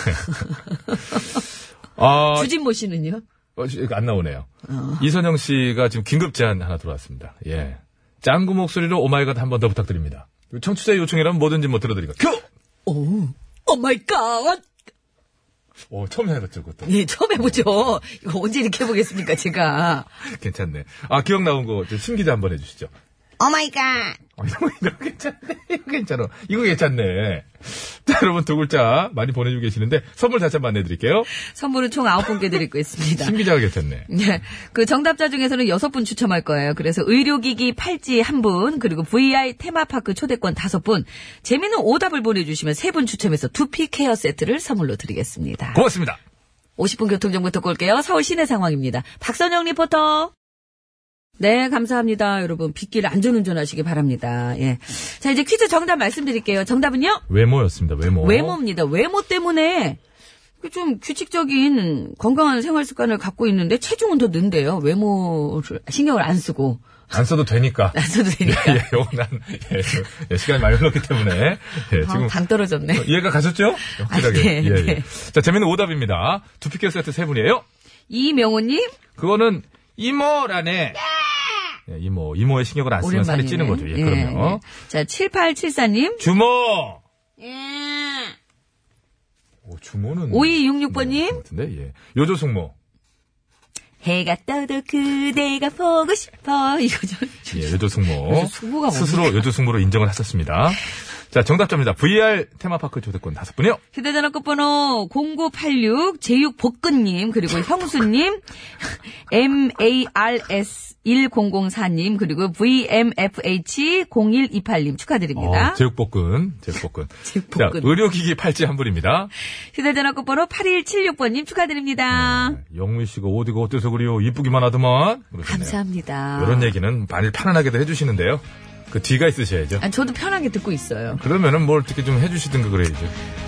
Speaker 1: 아,
Speaker 2: 주진모 씨는요?
Speaker 1: 어, 씨, 안 나오네요.
Speaker 2: 어.
Speaker 1: 이선영 씨가 지금 긴급 제안 하나 들어왔습니다. 예. 짱구 목소리로 오마이갓 한 번 더 부탁드립니다. 청취자 의 요청이라면 뭐든지 못 들어드리고. 큐!
Speaker 2: 오, 오 마이 갓.
Speaker 1: 오, 처음 해봤죠, 그것도.
Speaker 2: 네 처음 해보죠. 이거 언제 이렇게 해보겠습니까 제가.
Speaker 1: 괜찮네. 아, 기억 나온 거, 저 심기자 한번 해주시죠.
Speaker 8: 오마이갓.
Speaker 1: 어, 이런 거, 이런 거 괜찮네. 이거 괜찮아. 이거 괜찮네. 자, 여러분 두 글자 많이 보내주고 계시는데 선물 다시 한번 안내드릴게요.
Speaker 2: 선물은 총 9분께 드리고 있습니다.
Speaker 1: 신비자가 괜찮네.
Speaker 2: 예. 그 정답자 중에서는 여섯 분 추첨할 거예요. 그래서 의료기기 팔찌 한 분, 그리고 VI 테마파크 초대권 다섯 분, 재미는 오답을 보내주시면 세 분 추첨해서 두피 케어 세트를 선물로 드리겠습니다.
Speaker 1: 고맙습니다.
Speaker 2: 50분 교통정보 듣고 올게요. 서울 시내 상황입니다. 박선영 리포터. 네, 감사합니다. 여러분, 빗길 안전운전 하시기 바랍니다. 예. 자, 이제 퀴즈 정답 말씀드릴게요. 정답은요?
Speaker 1: 외모였습니다. 외모.
Speaker 2: 외모입니다. 외모 때문에 그 좀 규칙적인 건강한 생활 습관을 갖고 있는데 체중은 더 는데요. 외모를 신경을 안 쓰고
Speaker 1: 안 써도 되니까.
Speaker 2: 안 써도 되니까.
Speaker 1: 예, 예, 요거 난, 예, 예, 시간이 많이 흘렀기 때문에. 예,
Speaker 2: 아,
Speaker 1: 지금.
Speaker 2: 당 떨어졌네.
Speaker 1: 이해가 가셨죠? 확실하게.
Speaker 2: 아, 네,
Speaker 1: 예, 예.
Speaker 2: 네.
Speaker 1: 자, 재밌는 오답입니다. 두피케어 세트 세 분이에요.
Speaker 2: 이명호님
Speaker 1: 그거는 이모라네. 예, 이모. 이모의 신경을 안 쓰면
Speaker 2: 오랜만에
Speaker 1: 살이 찌는 거죠. 예, 그럼요.
Speaker 2: 자 7874님
Speaker 1: 주모! 오, 어, 주모는.
Speaker 2: 5266번님
Speaker 1: 네, 같은데, 예. 요조숙모.
Speaker 2: 해가 떠도 그대가 보고 싶어 이거죠.
Speaker 1: 예, 요조숙모.
Speaker 2: 요조숙모가
Speaker 1: 스스로 요조숙모로 인정을 하셨습니다. 자, 정답자입니다. VR 테마파크 조대권 다섯 분이요.
Speaker 2: 휴대전화 끝번호 0986 제육볶음님 그리고 형수님 MARS 1004님 그리고 VMFH 0128님 축하드립니다.
Speaker 1: 어, 제육볶음, 제육볶음.
Speaker 2: 제육볶음.
Speaker 1: 자, 의료기기 팔찌 한 분입니다.
Speaker 2: 휴대전화 끝번호 8176번님
Speaker 1: 네,
Speaker 2: 축하드립니다.
Speaker 1: 영미 씨가 어디가 어때서 그래요? 이쁘기만 하더만. 그러시네요.
Speaker 2: 감사합니다.
Speaker 1: 이런 얘기는 많이 편안하게도 해주시는데요. 그 뒤가 있으셔야죠.
Speaker 2: 아, 저도 편하게 듣고 있어요.
Speaker 1: 그러면은 뭘 어떻게 좀 해주시든가 그래야죠.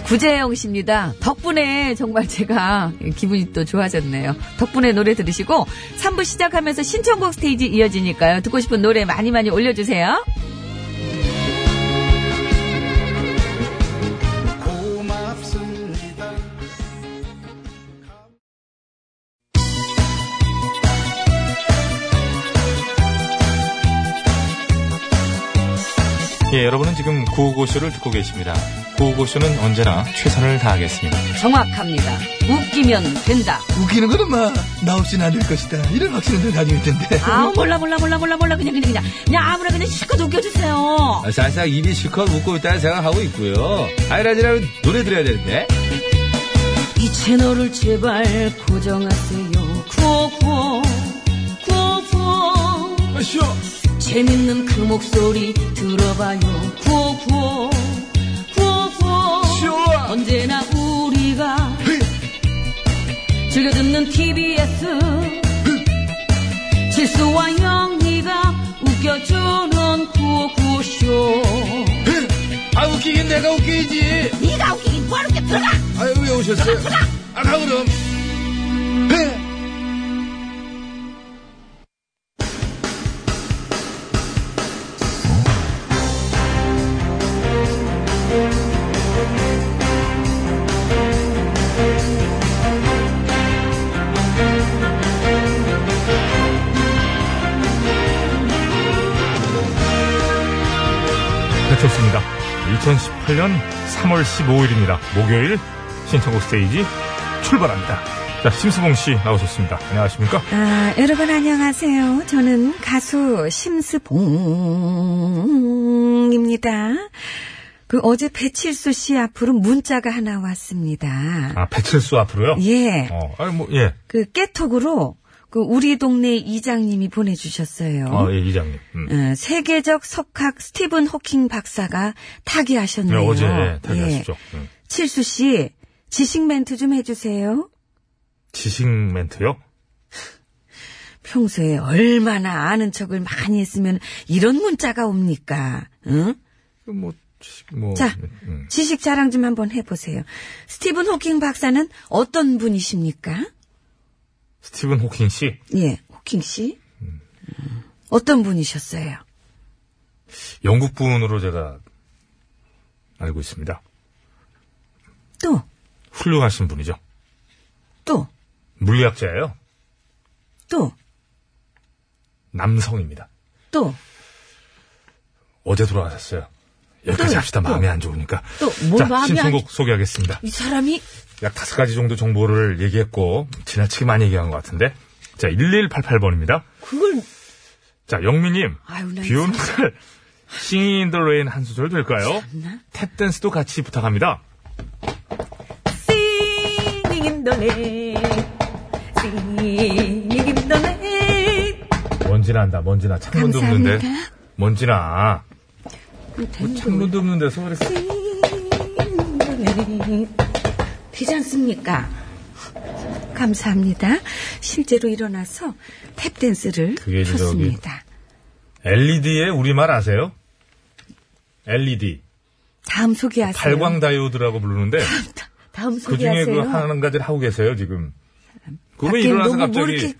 Speaker 2: 구재영 씨입니다. 덕분에 정말 제가 기분이 또 좋아졌네요. 덕분에 노래 들으시고 3부 시작하면서 신청곡 스테이지 이어지니까요. 듣고 싶은 노래 많이 많이 올려주세요.
Speaker 5: 고맙습니다.
Speaker 1: 예, 여러분은 지금 구호고쇼를 듣고 계십니다. 구호고쇼는 언제나 최선을 다하겠습니다.
Speaker 2: 정확합니다. 웃기면 된다.
Speaker 7: 웃기는 건 엄마 나 없이는 안 될 것이다 이런 확신을 늘 가지고 있던데
Speaker 2: 아 몰라 몰라 몰라 몰라 몰라 그냥 그냥 그냥 그냥 아무나 그냥 실컷 웃겨주세요.
Speaker 3: 아, 살짝 입이 실컷 웃고 있다는 생각하고 있고요. 아이라지라면 노래 들어야 되는데.
Speaker 2: 이 채널을 제발 고정하세요. 구호구호 구호구호
Speaker 7: 아쇼
Speaker 2: 재밌는 그 목소리 들어봐요. 구호구호 구호구호 언제나 우리가 즐겨 듣는 TBS 실수와 영리가 웃겨주는 구호구호쇼
Speaker 3: 아, 웃기긴 내가 웃기지.
Speaker 8: 네가 웃기긴 뭐하게 들어가.
Speaker 3: 아유, 왜 오셨어요? 아, 가 그럼.
Speaker 1: 네, 좋습니다. 2018년 3월 15일입니다. 목요일 신청곡 스테이지 출발합니다. 자, 심수봉 씨 나오셨습니다. 안녕하십니까?
Speaker 8: 아, 여러분 안녕하세요. 저는 가수 심스봉입니다. 그 어제 배칠수 씨 앞으로 문자가 하나 왔습니다.
Speaker 1: 아, 배칠수 앞으로요?
Speaker 8: 예.
Speaker 1: 어, 아니, 뭐, 예.
Speaker 8: 그 깨톡으로 그 우리 동네 이장님이 보내주셨어요.
Speaker 1: 아, 예, 이장님. 음.
Speaker 8: 어, 세계적 석학 스티븐 호킹 박사가
Speaker 1: 네,
Speaker 8: 타기하셨네요. 예.
Speaker 1: 어제 탈퇴하시죠. 음.
Speaker 8: 칠수 씨 지식 멘트 좀 해주세요.
Speaker 1: 지식 멘트요?
Speaker 8: 평소에 얼마나 아는 척을 많이 했으면 이런 문자가 옵니까? 응?
Speaker 1: 뭐, 지식, 뭐.
Speaker 8: 자.
Speaker 1: 음.
Speaker 8: 지식 자랑 좀 한번 해보세요. 스티븐 호킹 박사는 어떤 분이십니까?
Speaker 1: 스티븐 호킹 씨.
Speaker 8: 예, 호킹 씨. 음, 어떤 분이셨어요?
Speaker 1: 영국 분으로 제가 알고 있습니다.
Speaker 8: 또,
Speaker 1: 훌륭하신 분이죠.
Speaker 8: 또,
Speaker 1: 물리학자예요.
Speaker 8: 또,
Speaker 1: 남성입니다.
Speaker 8: 또,
Speaker 1: 어제 돌아가셨어요. 여기까지
Speaker 8: 또,
Speaker 1: 합시다. 마음이 안 좋으니까.
Speaker 8: 또, 뭘
Speaker 1: 자,
Speaker 8: 마음이 안
Speaker 1: 신청곡 소개하겠습니다.
Speaker 8: 이 사람이
Speaker 1: 약 다섯 가지 정도 정보를 얘기했고 지나치게 많이 얘기한 것 같은데 자 1188번입니다.
Speaker 8: 그걸
Speaker 1: 자, 영미님.
Speaker 9: 아유, 나
Speaker 1: 비 오는 날, 싱잉 인더 레인 한 소절 될까요? 탭댄스도 같이 부탁합니다.
Speaker 9: Singing in the night. Singing in the night.
Speaker 1: 먼지 난다, 먼지 나. 창문도
Speaker 2: 감사합니다.
Speaker 1: 없는데. 먼지 나. 뭐 창문도 없는데 서울에
Speaker 2: 되지 않습니까? 감사합니다. 실제로 일어나서 탭댄스를
Speaker 1: 그게 이제 저기-
Speaker 2: 췄습니다.
Speaker 1: LED에 우리말 아세요? LED.
Speaker 2: 다음 소개하세요.
Speaker 1: 발광 다이오드라고 부르는데
Speaker 2: 다음
Speaker 1: 그 중에
Speaker 2: 소개하세요.
Speaker 1: 그 한 가지를 하고 계세요, 지금. 그러면
Speaker 2: 밖에
Speaker 1: 일어나서
Speaker 2: 너무 뭐
Speaker 1: 갑자기
Speaker 2: 이렇게-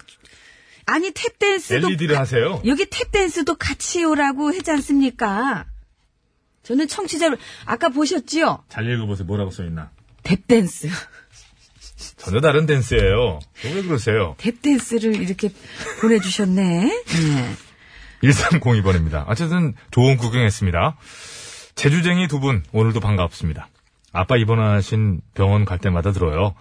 Speaker 2: 아니 탭댄스도
Speaker 1: LED를 하세요.
Speaker 2: 여기 탭댄스도 같이 오라고 했지 않습니까? 저는 청취자로 아까 보셨지요?
Speaker 1: 잘 읽어보세요. 뭐라고 써있나.
Speaker 2: 탭댄스.
Speaker 1: 전혀 다른 댄스예요. 왜 그러세요?
Speaker 2: 탭댄스를 이렇게 보내주셨네. 네.
Speaker 1: 1302번입니다. 어쨌든 좋은 구경했습니다. 제주쟁이 두 분, 오늘도 반갑습니다. 아빠 입원하신 병원 갈 때마다 들어요.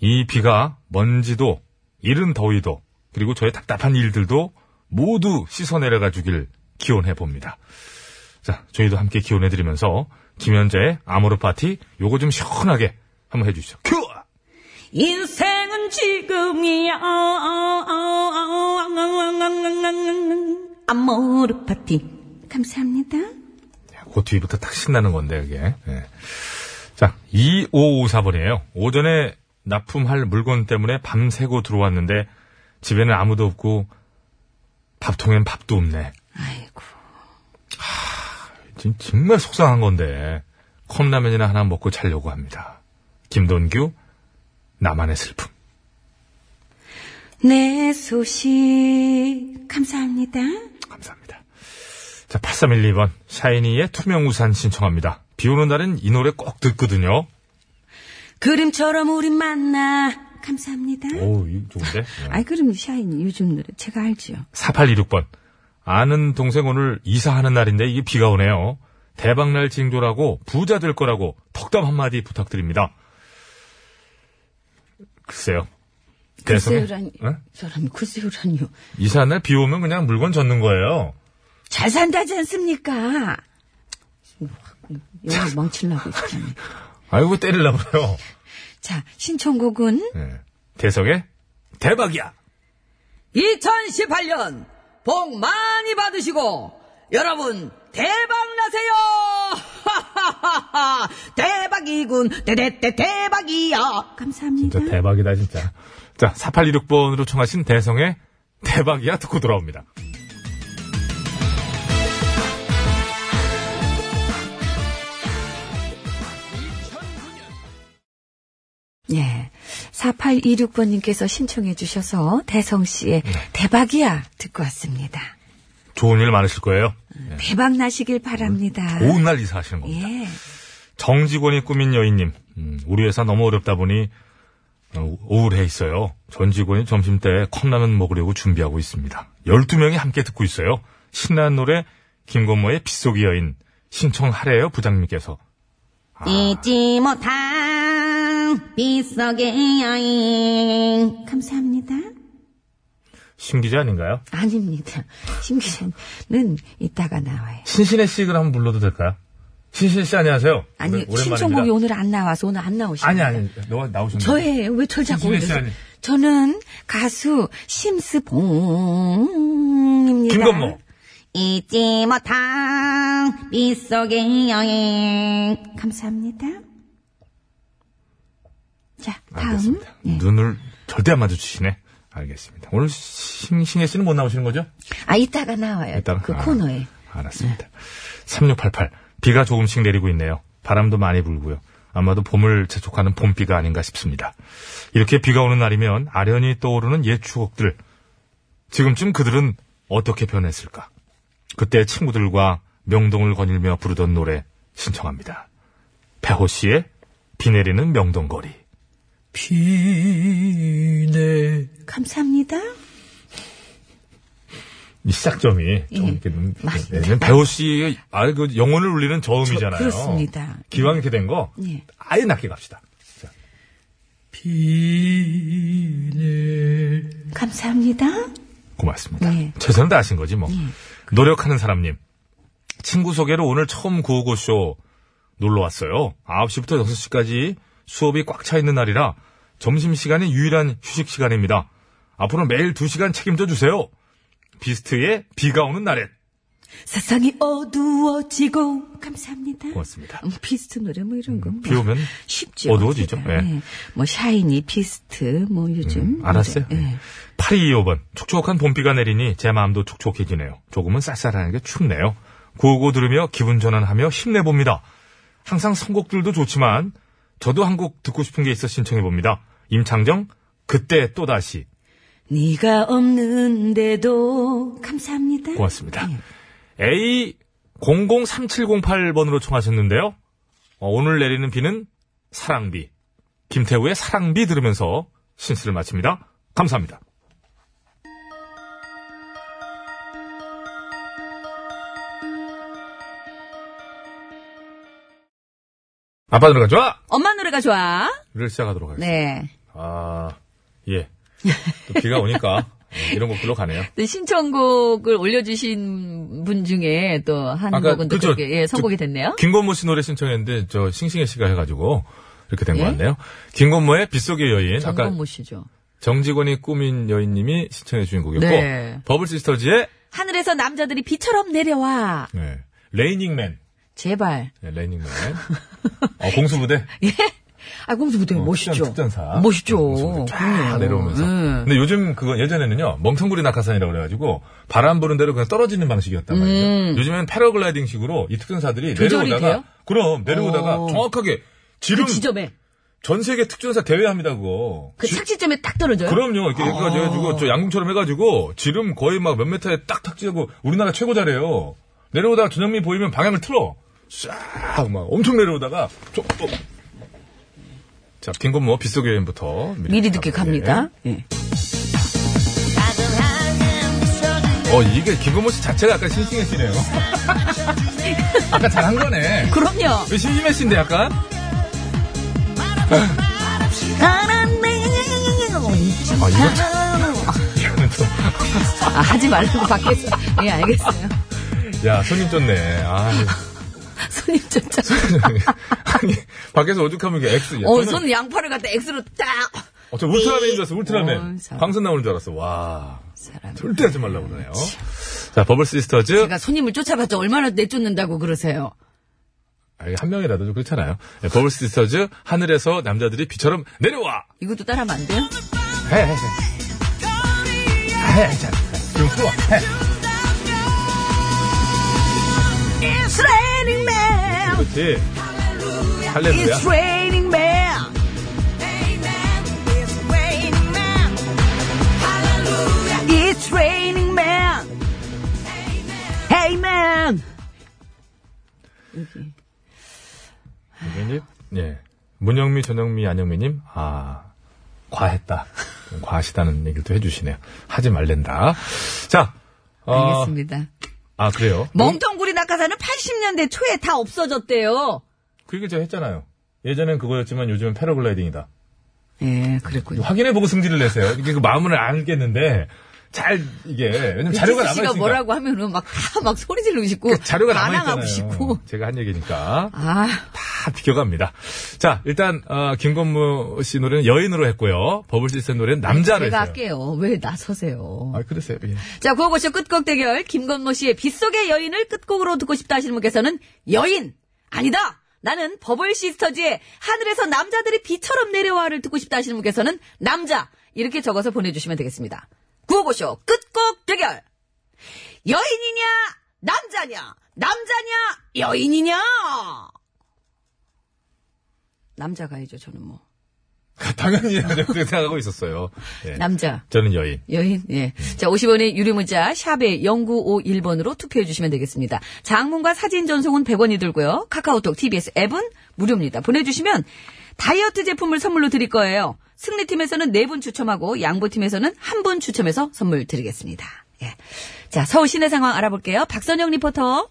Speaker 1: 이 비가 먼지도, 이른 더위도, 그리고 저의 답답한 일들도 모두 씻어내려가 주길 기원해 봅니다. 자, 저희도 함께 기원해 드리면서 김현재의 아모르 파티 요거 좀 시원하게 한번 해주시죠. 큐!
Speaker 9: 인생은 지금이야. 아모르 파티.
Speaker 2: 감사합니다.
Speaker 1: 그 뒤부터 딱 신나는 건데, 이게. 예. 자, 2554번이에요. 오전에 납품할 물건 때문에 밤새고 들어왔는데, 집에는 아무도 없고, 밥통엔 밥도 없네.
Speaker 2: 아이고.
Speaker 1: 지금 정말 속상한 건데, 컵라면이나 하나 먹고 자려고 합니다. 김돈규, 나만의 슬픔.
Speaker 2: 내 소식 감사합니다.
Speaker 1: 감사합니다. 자, 8312번. 샤이니의 투명 우산 신청합니다. 비 오는 날엔 이 노래 꼭 듣거든요.
Speaker 2: 그림처럼 우리 만나 감사합니다.
Speaker 1: 오, 이거 좋은데? 예.
Speaker 2: 아이 그럼 샤인 요즘 노래 제가 알지요.
Speaker 1: 4826번. 아는 동생 오늘 이사하는 날인데 이게 비가 오네요. 대박날 징조라고 부자 될 거라고 덕담 한마디 부탁드립니다. 글쎄요. 대성에-
Speaker 2: 글쎄요라니.
Speaker 1: 어?
Speaker 2: 사람 글쎄요라니요.
Speaker 1: 이사하는 날 비 오면 그냥 물건 젓는 거예요.
Speaker 2: 잘 산다지 않습니까? 영어 망치려고 그러네.
Speaker 1: 아이고, 때리려고 그래요.
Speaker 2: 자, 신청곡은
Speaker 1: 예. 대성의 대박이야!
Speaker 9: 2018년 복 많이 받으시고 여러분 대박 나세요! 대박이군 대대대 대박이야.
Speaker 2: 감사합니다.
Speaker 1: 진짜 대박이다, 진짜. 자, 4826번으로 청하신 대성의 대박이야 듣고 돌아옵니다.
Speaker 2: 예. 4826번님께서 신청해 주셔서 대성 씨의 대박이야 듣고 왔습니다.
Speaker 1: 좋은 일 많으실 거예요.
Speaker 2: 아. 대박 나시길 바랍니다.
Speaker 1: 좋은 날 이사하시는 겁니다.
Speaker 2: 예.
Speaker 1: 정직원이 꾸민 여인님, 음, 우리 회사 너무 어렵다 보니 어, 우울해 있어요. 전 직원이 점심 때 컵라면 먹으려고 준비하고 있습니다. 12명이 함께 듣고 있어요. 신나는 노래 김건모의 빗속의 여인 신청하래요 부장님께서.
Speaker 4: 잊지 못한 빗속의 여인
Speaker 2: 감사합니다.
Speaker 1: 신기자 아닌가요?
Speaker 2: 아닙니다. 심기자는 이따가 나와요.
Speaker 1: 신신혜 씨 그럼 한번 불러도 될까요? 신신혜 씨 안녕하세요.
Speaker 2: 아니,
Speaker 1: 오래- 오랜만입니다.
Speaker 2: 신청곡이 오늘 안 나와서 오늘 안 나오시는
Speaker 1: 아니 아니 너 나오셨네.
Speaker 2: 저예요. 왜 저를 자꾸
Speaker 1: 신신혜 씨
Speaker 2: 올려서.
Speaker 1: 아니-
Speaker 2: 저는 가수 심스봉입니다.
Speaker 1: 김건모.
Speaker 4: 잊지 못한 빗속의 여인
Speaker 2: 감사합니다. 자, 다음. 네.
Speaker 1: 알겠습니다. 눈을 절대 안 마주치시네. 알겠습니다. 오늘 신신혜 씨는 못 나오시는 거죠?
Speaker 2: 아, 이따가 나와요.
Speaker 1: 이따가?
Speaker 2: 그
Speaker 1: 아.
Speaker 2: 코너에.
Speaker 1: 알았습니다. 3688. 비가 조금씩 내리고 있네요. 바람도 많이 불고요. 아마도 봄을 재촉하는 봄비가 아닌가 싶습니다. 이렇게 비가 오는 날이면 아련히 떠오르는 옛 추억들. 지금쯤 그들은 어떻게 변했을까? 그때 친구들과 명동을 거닐며 부르던 노래 신청합니다. 배호 씨의 비 내리는 명동거리.
Speaker 10: 피네
Speaker 2: 감사합니다.
Speaker 1: 이 시작점이 좀
Speaker 2: 예,
Speaker 1: 이렇게 눈-
Speaker 2: 맞습니다.
Speaker 1: 왜냐면 배호 씨의 아, 그 영혼을 울리는 저음이잖아요.
Speaker 2: 저- 그렇습니다.
Speaker 1: 기왕 이렇게 된 거
Speaker 2: 예.
Speaker 1: 아예 낮게 갑시다. 자,
Speaker 10: 피네
Speaker 2: 감사합니다.
Speaker 1: 고맙습니다.
Speaker 2: 네.
Speaker 1: 최선을 다하신 거지 뭐. 노력하는 사람님. 친구 소개로 오늘 처음 구호고쇼 놀러 왔어요. 9시부터 6시까지 수업이 꽉 차 있는 날이라 점심시간이 유일한 휴식 시간입니다. 앞으로 매일 2시간 책임져 주세요. 비스트의 비가 오는 날에
Speaker 2: 세상이 어두워지고 감사합니다.
Speaker 1: 고맙습니다. 음,
Speaker 2: 음, 피스트 노래 뭐 이런 거. 뭐
Speaker 1: 비 오면
Speaker 2: 쉽죠.
Speaker 1: 어두워지죠.
Speaker 2: 제가.
Speaker 1: 예. 음,
Speaker 2: 예. 뭐 샤이니 피스트 뭐 요즘
Speaker 1: 알았어요.
Speaker 2: 이제, 예.
Speaker 1: 8225번. 촉촉한 봄비가 내리니 제 마음도 촉촉해지네요. 조금은 쌀쌀하게 춥네요. 구호고 들으며 기분 전환하며 힘내봅니다. 항상 선곡들도 좋지만 저도 한 곡 듣고 싶은 게 있어 신청해봅니다. 임창정, 그때 또다시.
Speaker 2: 네가 없는데도 감사합니다.
Speaker 1: 고맙습니다. A003708번으로 청하셨는데요. 어, 오늘 내리는 비는 사랑비. 김태우의 사랑비 들으면서 신스를 마칩니다. 감사합니다. 아빠 노래가 좋아!
Speaker 2: 엄마 노래가 좋아.
Speaker 1: 를 시작하도록 하겠습니다.
Speaker 2: 네.
Speaker 1: 아, 예. 또 비가 오니까 이런 곡들로 가네요.
Speaker 2: 또 신청곡을 올려주신 분 중에 또 한
Speaker 1: 아까
Speaker 2: 곡은 또
Speaker 1: 그쵸.
Speaker 2: 그렇게, 예, 선곡이
Speaker 1: 그-
Speaker 2: 됐네요.
Speaker 1: 김건모 씨 노래 신청했는데 저 싱싱해 씨가 해가지고 이렇게 된 것
Speaker 2: 예?
Speaker 1: 같네요. 김건모의 빗속의 여인. 아까
Speaker 2: 정건모 씨죠.
Speaker 1: 정직원이 꾸민 여인님이 신청해 주신 곡이었고
Speaker 2: 네.
Speaker 1: 버블 시스터즈의
Speaker 2: 하늘에서 남자들이 비처럼 내려와.
Speaker 1: 네, 레이닝맨.
Speaker 2: 제발.
Speaker 1: 네, 레이닝맨. 어, 공수부대.
Speaker 2: 아, 공주 무대
Speaker 1: 어,
Speaker 2: 멋있죠.
Speaker 1: 특전, 특전사. 네,
Speaker 2: 멋있죠.
Speaker 1: 공수부대 쫙
Speaker 2: 그럼요.
Speaker 1: 내려오면서.
Speaker 2: 예.
Speaker 1: 근데 요즘 그거 예전에는요 멍텅구리 낙하산이라고 그래가지고 바람 부는 대로 그냥 떨어지는 방식이었단 말이죠. 요즘엔 패러글라이딩식으로 이 특전사들이
Speaker 2: 음. 조절이
Speaker 1: 내려오다가
Speaker 2: 돼요?
Speaker 1: 그럼 내려오다가
Speaker 2: 어.
Speaker 1: 정확하게 지름
Speaker 2: 그 지점에.
Speaker 1: 전 세계 특전사 대회합니다 그거.
Speaker 2: 그 착지점에 딱 떨어져요.
Speaker 1: 그럼요.
Speaker 2: 아.
Speaker 1: 이렇게 여기까지 해가지고, 저 양궁처럼 해가지고, 지름 거의 막 몇 메타에 딱 탁지하고, 우리나라 최고 잘해요. 내려오다가 전영민 보이면 방향을 틀어. 싹, 막 엄청 내려오다가, 좀, 또. 자, 김건모 빗속의 여인부터.
Speaker 2: 미리 듣게 갑니다. 예.
Speaker 1: 예. 어, 이게 김건모 씨 자체가 약간 싱싱해지네요. 아까 잘한 거네.
Speaker 2: 그럼요.
Speaker 1: 왜 심심해 씨인데 약간? 아, 이거 참, 이거는 또.
Speaker 2: 아, 하지 말라고 밖에서. 예, 알겠어요.
Speaker 1: 야, 손님 쫓네. 아,
Speaker 2: 손님 쫓아.
Speaker 1: 아니, 밖에서 오죽하면 이게 X. 야,
Speaker 2: 어,
Speaker 1: 네, 저는-
Speaker 2: 손 양팔을 갖다 X로 딱.
Speaker 1: 어, 저 울트라맨인 줄 알았어, 울트라맨.
Speaker 2: 어, 참.
Speaker 1: 광선 나오는 줄 알았어. 와.
Speaker 2: 사람.
Speaker 1: 절대 하지 말라고 그러네요. 자, 버블 시스터즈.
Speaker 2: 제가 손님을 쫓아봤자 얼마나 내쫓는다고 그러세요.
Speaker 1: 아니, 한 명이라도 좀 그렇잖아요. 네, 버블 시스터즈, 하늘에서 남자들이 비처럼 내려와!
Speaker 2: 이것도 따라하면 안 돼요?
Speaker 1: 해, 해, 해. 해, 해, 자, 지금 풀어. 해.
Speaker 2: It's raining man.
Speaker 1: 그렇지. 할렐루야.
Speaker 2: It's raining man. It's raining man. Hey man.
Speaker 1: 이게 이제, 예. 문영미, 전영미, 안영미님, 아, 과했다. 좀 과하시다는 얘기를 또 해주시네요. 하지 말랜다. 자, 어,
Speaker 2: 알겠습니다. 뭐-
Speaker 1: 아, 그래요?
Speaker 2: 멍텅구리 낙하산은 80년대 초에 다 없어졌대요.
Speaker 1: 그 얘기를 제가 했잖아요. 예전엔 그거였지만 요즘은 패러글라이딩이다.
Speaker 2: 예, 그랬군요.
Speaker 1: 확인해보고 승질을 내세요. 이게 그 마음을 알겠는데, 잘, 이게, 왜냐면 그 자료가
Speaker 2: 이철수 그 씨가
Speaker 1: 남아있으니까.
Speaker 2: 뭐라고 하면은 막 다 막 소리 지르시고
Speaker 1: 그 자료가
Speaker 2: 반항하시고.
Speaker 1: 남아있잖아요. 제가 한 얘기니까.
Speaker 2: 아,
Speaker 1: 다 비껴갑니다. 자, 일단, 어, 김건무 씨 노래는 여인으로 했고요. 버블시스 노래는 남자로
Speaker 2: 제가
Speaker 1: 했어요.
Speaker 2: 할게요. 왜 나서세요?
Speaker 1: 아, 그러세요. 예.
Speaker 2: 자, 구호고쇼 끝곡 대결. 김건모 씨의 빗속의 여인을 끝곡으로 듣고 싶다 하시는 분께서는 여인! 아니다! 나는 버블 시스터즈의 하늘에서 남자들이 비처럼 내려와를 듣고 싶다 하시는 분께서는 남자! 이렇게 적어서 보내주시면 되겠습니다. 구호고쇼 끝곡 대결! 여인이냐? 남자냐? 남자냐? 여인이냐? 남자가 이죠 저는 뭐.
Speaker 1: 당연히 그렇게 생각하고 있었어요. 예.
Speaker 2: 남자.
Speaker 1: 저는 여인.
Speaker 2: 여인, 예. 자, 50원의 유료 문자, 샵에 0951번으로 투표해주시면 되겠습니다. 장문과 사진 전송은 100원이 들고요. 카카오톡, TBS 앱은 무료입니다. 보내주시면 다이어트 제품을 선물로 드릴 거예요. 승리팀에서는 4분 추첨하고, 양보팀에서는 1분 추첨해서 선물 드리겠습니다. 예. 자, 서울 시내 상황 알아볼게요. 박선영 리포터.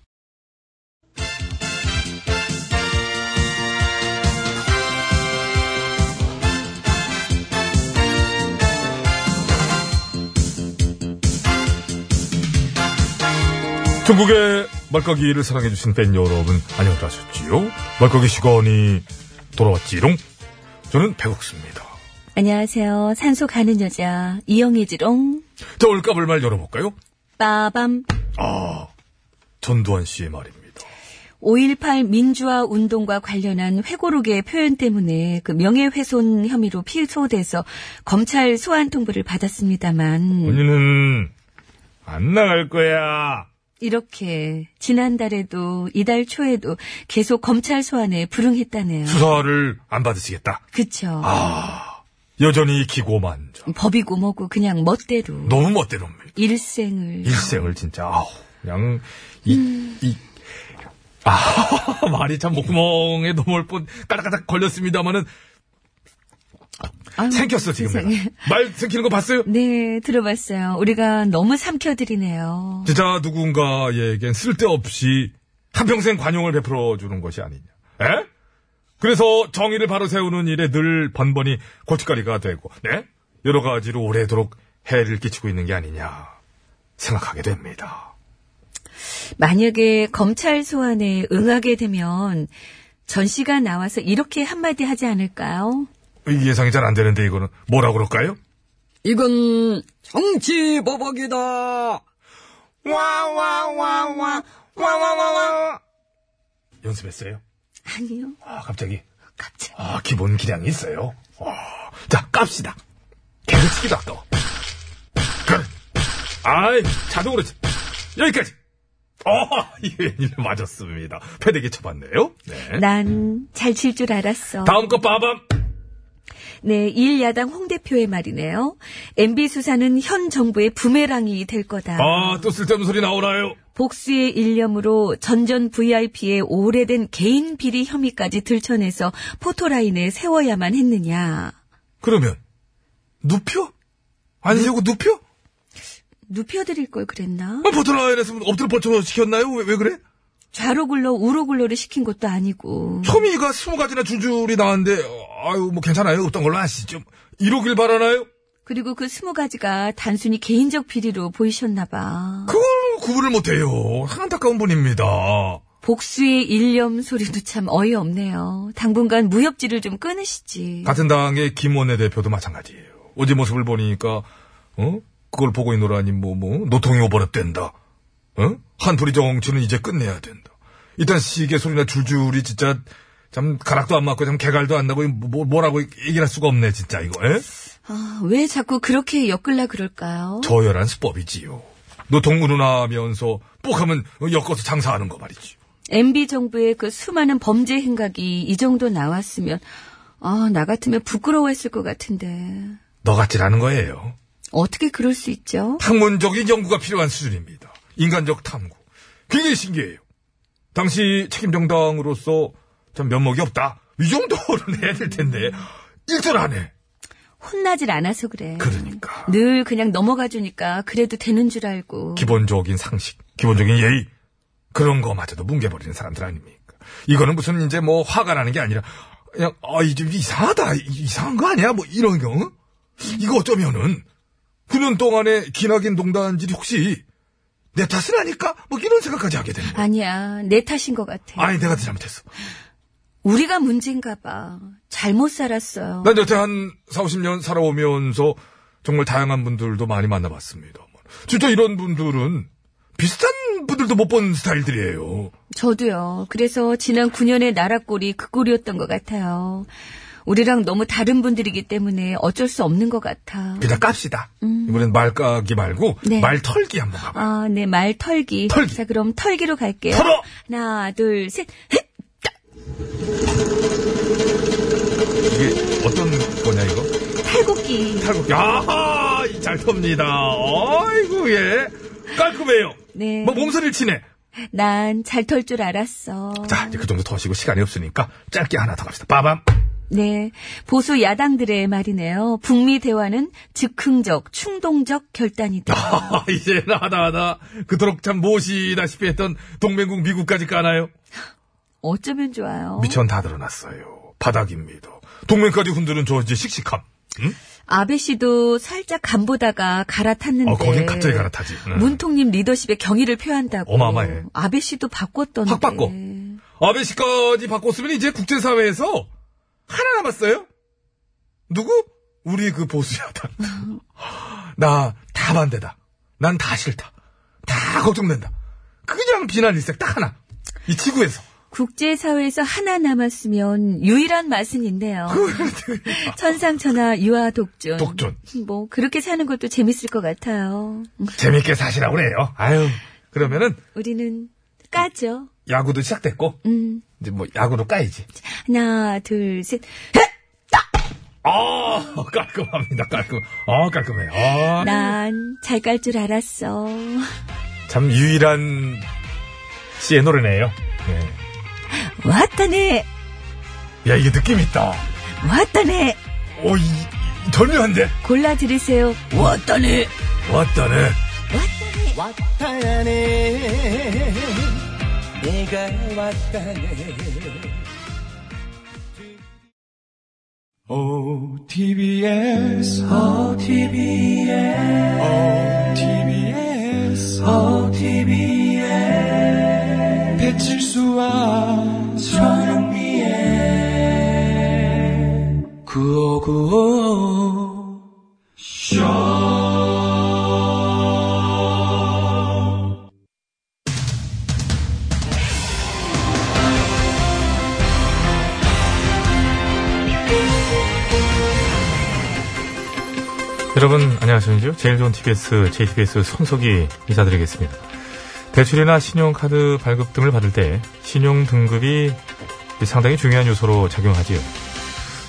Speaker 7: 전국의 말까기를 사랑해주신 팬 여러분, 안녕하셨지요? 말까기 시간이 돌아왔지롱? 저는 백옥수입니다.
Speaker 2: 안녕하세요. 산소 가는 여자 이영애지롱
Speaker 7: 자, 오늘 까불말 열어볼까요?
Speaker 2: 빠밤
Speaker 7: 전두환 씨의 말입니다.
Speaker 2: 5.18 민주화 운동과 관련한 회고록의 표현 때문에 그 명예훼손 혐의로 피소돼서 검찰 소환 통보를 받았습니다만
Speaker 7: 본인은 안 나갈 거야.
Speaker 2: 이렇게 지난달에도 이달 초에도 계속 검찰 소환에 불응했다네요.
Speaker 7: 수사를 아. 안 받으시겠다.
Speaker 2: 그쵸.
Speaker 7: 여전히 기고만장.
Speaker 2: 법이고 뭐고 그냥 멋대로
Speaker 7: 너무 멋대로입니다.
Speaker 2: 일생을
Speaker 7: 일생을 진짜, 아우, 그냥, 이, 이, 아, 말이 참 목구멍에 넘어올 뻔, 까닥까닥 걸렸습니다만은,
Speaker 2: 아유,
Speaker 7: 생겼어, 지금.
Speaker 2: 세상에.
Speaker 7: 내가. 말 생기는 거 봤어요?
Speaker 2: 네, 들어봤어요. 우리가 너무 삼켜드리네요.
Speaker 7: 진짜 누군가에겐 쓸데없이 한평생 관용을 베풀어 주는 것이 아니냐. 에? 그래서 정의를 바로 세우는 일에 늘 번번이 고춧가리가 되고, 네? 여러 가지로 오래도록 해를 끼치고 있는 게 아니냐 생각하게 됩니다.
Speaker 2: 만약에 검찰 소환에 응하게 되면 전 씨가 나와서 이렇게 한마디 하지 않을까요?
Speaker 7: 이 예상이 잘 안 되는데 이거는 뭐라고 그럴까요?
Speaker 5: 이건 정치 보복이다.
Speaker 7: 와와와와 와와와와 연습했어요?
Speaker 2: 아니요,
Speaker 7: 아 갑자기
Speaker 2: 갑자기.
Speaker 7: 아 기본 기량이 있어요. 와. 자 깝시다. 계속 치기도 아까워. 그. 아이 자동으로 치. 여기까지. 어, 이게 맞았습니다. 패대기 쳐봤네요. 네.
Speaker 2: 난 잘 칠 줄 알았어.
Speaker 7: 다음 거 빠밤.
Speaker 2: 네, 일야당 홍 대표의 말이네요. MB 수사는 현 정부의 부메랑이 될 거다.
Speaker 7: 아, 또 쓸데없는 소리 나오나요?
Speaker 2: 복수의 일념으로 전전 VIP의 오래된 개인 비리 혐의까지 들춰내서 포토라인에 세워야만 했느냐.
Speaker 7: 그러면, 눕혀? 안 세우고 눕혀?
Speaker 2: 눕혀드릴 걸 그랬나?
Speaker 7: 아, 포털라인에서 엎드려 벌쳐 시켰나요? 왜, 왜 그래?
Speaker 2: 좌로 굴러 우로 굴러를 시킨 것도 아니고.
Speaker 7: 소미가 스무 가지나 줄줄이 나왔는데, 아유, 뭐 괜찮아요. 어떤 걸로 아시죠? 이러길 바라나요?
Speaker 2: 그리고 그 스무 가지가 단순히 개인적 비리로 보이셨나봐.
Speaker 7: 그걸 구분을 못해요. 참 안타까운 분입니다.
Speaker 2: 복수의 일념 소리도 참 어이없네요. 당분간 무협지를 좀 끊으시지.
Speaker 7: 같은 당의 김원내 대표도 마찬가지예요. 어제 모습을 보니까, 어? 그걸 보고 있노라니, 뭐, 뭐, 노통이 오버랩된다. 어? 한풀이 정치는 이제 끝내야 된다. 일단 시계 소리나 줄줄이 진짜, 참, 가락도 안 맞고, 참, 개갈도 안 나고, 뭐, 뭐라고 얘기할 수가 없네, 진짜, 이거, 예? 에?
Speaker 2: 아, 왜 자꾸 그렇게 엮을라 그럴까요?
Speaker 7: 저열한 수법이지요. 노통 운운하면서 뽁하면 엮어서 장사하는 거 말이지.
Speaker 2: MB 정부의 그 수많은 범죄 행각이 이 정도 나왔으면, 아, 나 같으면 부끄러워했을 것 같은데.
Speaker 7: 너같이라는 거예요.
Speaker 2: 어떻게 그럴 수 있죠?
Speaker 7: 학문적인 연구가 필요한 수준입니다. 인간적 탐구. 굉장히 신기해요. 당시 책임정당으로서 참 면목이 없다. 이 정도는 해야 될 텐데 일절 안 해.
Speaker 2: 혼나질 않아서 그래.
Speaker 7: 그러니까
Speaker 2: 늘 그냥 넘어가 주니까 그래도 되는 줄 알고.
Speaker 7: 기본적인 상식, 기본적인 예의 그런 거마저도 뭉개버리는 사람들 아닙니까? 이거는 무슨 이제 뭐 화가 나는 게 아니라 그냥 아이좀 이상하다 이- 이상한 거 아니야 뭐 이런 경우 이거 어쩌면은 9년 동안에 기나긴 농단질이 혹시 내 탓을 하니까 뭐 이런 생각까지 하게 되는 거야.
Speaker 2: 아니야, 내 탓인 것 같아.
Speaker 7: 아니 내가 잘못했어.
Speaker 2: 우리가 문제인가 봐. 잘못 살았어요.
Speaker 7: 난 여태 한 4, 50년 살아오면서 정말 다양한 분들도 많이 만나봤습니다. 진짜 이런 분들은 비슷한 분들도 못 본 스타일들이에요.
Speaker 2: 저도요. 그래서 지난 9년의 나라 꼴이 그 꼴이었던 것 같아요. 우리랑 너무 다른 분들이기 때문에 어쩔 수 없는 것 같아. 음.
Speaker 7: 그냥 깝시다. 이번엔 말 까기 말고
Speaker 2: 네.
Speaker 7: 말 털기 한번 가봐.
Speaker 2: 아, 네, 말 털기.
Speaker 7: 털기.
Speaker 2: 자, 그럼 털기로 갈게요.
Speaker 7: 털어!
Speaker 2: 하나, 둘, 셋. 헷!
Speaker 7: 이게 어떤 거냐 이거?
Speaker 2: 탈곡기.
Speaker 7: 탈곡. 야하 잘 텁니다. 아이고 예 깔끔해요.
Speaker 2: 네.
Speaker 7: 뭐 몸소리를 치네.
Speaker 2: 난 잘 털 줄 알았어.
Speaker 7: 자 이제 그 정도 더시고 시간이 없으니까 짧게 하나 더 갑시다. 빠밤.
Speaker 2: 네. 보수 야당들의 말이네요. 북미 대화는 즉흥적, 충동적 결단이다.
Speaker 7: 아, 이제 하다 하다 그토록 참 무엇이다시피 했던 동맹국 미국까지 까나요?
Speaker 2: 어쩌면 좋아요.
Speaker 7: 미천 다 드러났어요. 바닥입니다. 동맹까지 흔드는 저 이제 씩씩함.
Speaker 3: 아베 씨도 살짝 간보다가 갈아탔는데.
Speaker 1: 어, 거긴 갑자기 갈아타지. 네.
Speaker 3: 문통님 리더십에 경의를 표한다고.
Speaker 1: 어마어마해.
Speaker 3: 아베 씨도 바꿨던데.
Speaker 1: 확 바꿔. 아베 씨까지 바꿨으면 이제 국제사회에서 하나 남았어요?
Speaker 7: 누구? 우리 그 보수야당. 나 다 반대다. 난 다 싫다. 다 걱정된다. 그냥 비난 일색 딱 하나. 이 지구에서.
Speaker 3: 국제사회에서 하나 남았으면 유일한 맛은 있네요. 천상천하 유아 독존.
Speaker 1: 독존.
Speaker 3: 뭐 그렇게 사는 것도 재밌을 것 같아요.
Speaker 1: 재밌게 사시라고 그래요. 아유. 그러면은
Speaker 3: 우리는 까죠.
Speaker 1: 야구도 시작됐고
Speaker 3: 음.
Speaker 1: 이제 뭐 야구로 까이지.
Speaker 3: 하나, 둘, 셋.
Speaker 1: 아 깔끔합니다. 깔끔. 아 깔끔해. 아.
Speaker 3: 난 잘 깔 줄 알았어.
Speaker 1: 참 유일한 씨의 노래네요. 예.
Speaker 3: 왔다네,
Speaker 1: 야 이게 느낌 있다.
Speaker 3: 왔다네.
Speaker 1: 어, 오이 절묘한데.
Speaker 3: 골라 들으세요. 왔다네.
Speaker 1: 왔다네.
Speaker 5: 왔다네 내가 왔다네 OTBS OTBS
Speaker 1: 어,
Speaker 5: OTBS OTBS 배칠수와 전영미의 9595
Speaker 1: 여러분 안녕하십니까? 제일 좋은 TBS, JTBS 손석희 인사드리겠습니다. 대출이나 신용카드 발급 등을 받을 때 신용 등급이 상당히 중요한 요소로 작용하지요.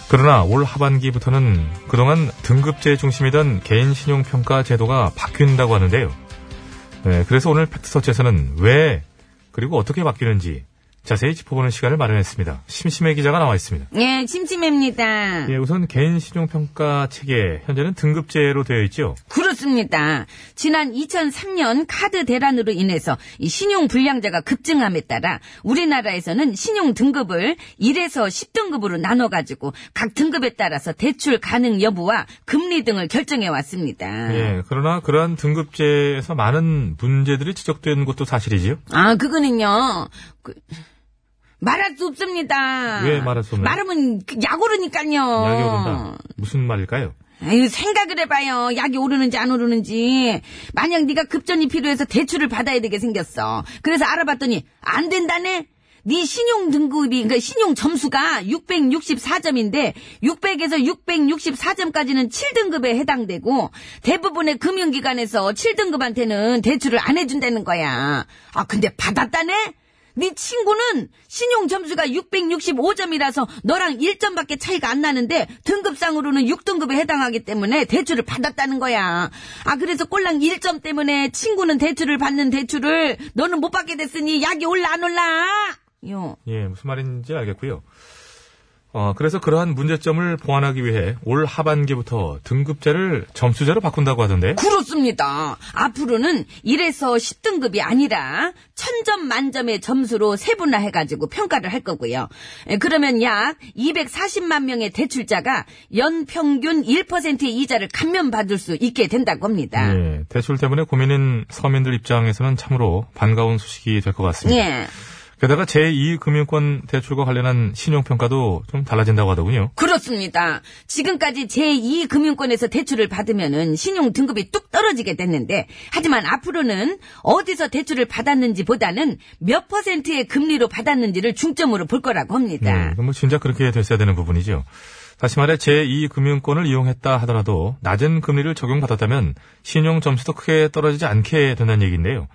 Speaker 1: 그러나 올 하반기부터는 그동안 등급제 중심이던 개인 신용평가 제도가 바뀐다고 하는데요. 네, 그래서 오늘 팩트서치에서는 왜 그리고 어떻게 바뀌는지 자세히 짚어보는 시간을 마련했습니다. 심심해 기자가 나와 있습니다.
Speaker 2: 예, 심심합니다.
Speaker 1: 예, 우선 개인 신용평가 체계 현재는 등급제로 되어 있죠.
Speaker 2: 그렇습니다. 지난 2003년 카드 대란으로 인해서 이 신용 불량자가 급증함에 따라 우리나라에서는 신용 등급을 1에서 10등급으로 나눠가지고 각 등급에 따라서 대출 가능 여부와 금리 등을 결정해 왔습니다.
Speaker 1: 예, 그러나 그러한 등급제에서 많은 문제들이 지적된 것도 사실이지요.
Speaker 2: 아, 그거는요. 그, 말할 수 없습니다.
Speaker 1: 왜 말할 수 없나요?
Speaker 2: 말하면 그 약오르니깐요
Speaker 1: 약이 오른다. 무슨 말일까요?
Speaker 2: 아유, 생각을 해봐요. 약이 오르는지 안 오르는지. 만약 네가 급전이 필요해서 대출을 받아야 되게 생겼어. 그래서 알아봤더니 안 된다네. 네 신용 등급이 그러니까 신용 점수가 664점인데 600에서 664점까지는 7등급에 해당되고 대부분의 금융기관에서 7등급한테는 대출을 안 해준다는 거야. 아 근데 받았다네. 네 친구는 신용 점수가 665점이라서 너랑 1점밖에 차이가 안 나는데 등급상으로는 6등급에 해당하기 때문에 대출을 받았다는 거야. 아 그래서 꼴랑 1점 때문에 친구는 대출을 받는 대출을 너는 못 받게 됐으니 약이 올라 안 올라? 요.
Speaker 1: 예, 무슨 말인지 알겠고요. 어, 그래서 그러한 문제점을 보완하기 위해 올 하반기부터 등급제를 점수제로 바꾼다고 하던데.
Speaker 2: 그렇습니다. 앞으로는 1에서 10등급이 아니라 1000점 만점의 점수로 세분화해가지고 평가를 할 거고요. 에, 그러면 약 240만 명의 대출자가 연평균 1%의 이자를 감면받을 수 있게 된다고 합니다.
Speaker 1: 예, 대출 때문에 고민인 서민들 입장에서는 참으로 반가운 소식이 될 것 같습니다.
Speaker 2: 예.
Speaker 1: 게다가 제2금융권 대출과 관련한 신용평가도 좀 달라진다고 하더군요.
Speaker 2: 그렇습니다. 지금까지 제2금융권에서 대출을 받으면은 신용 등급이 뚝 떨어지게 됐는데, 하지만 앞으로는 어디서 대출을 받았는지 보다는 몇 퍼센트의 금리로 받았는지를 중점으로 볼 거라고 합니다.
Speaker 1: 네, 그럼 뭐 진짜 그렇게 됐어야 되는 부분이죠. 다시 말해 제2금융권을 이용했다 하더라도 낮은 금리를 적용받았다면 신용 점수도 크게 떨어지지 않게 된다는 얘기인데요.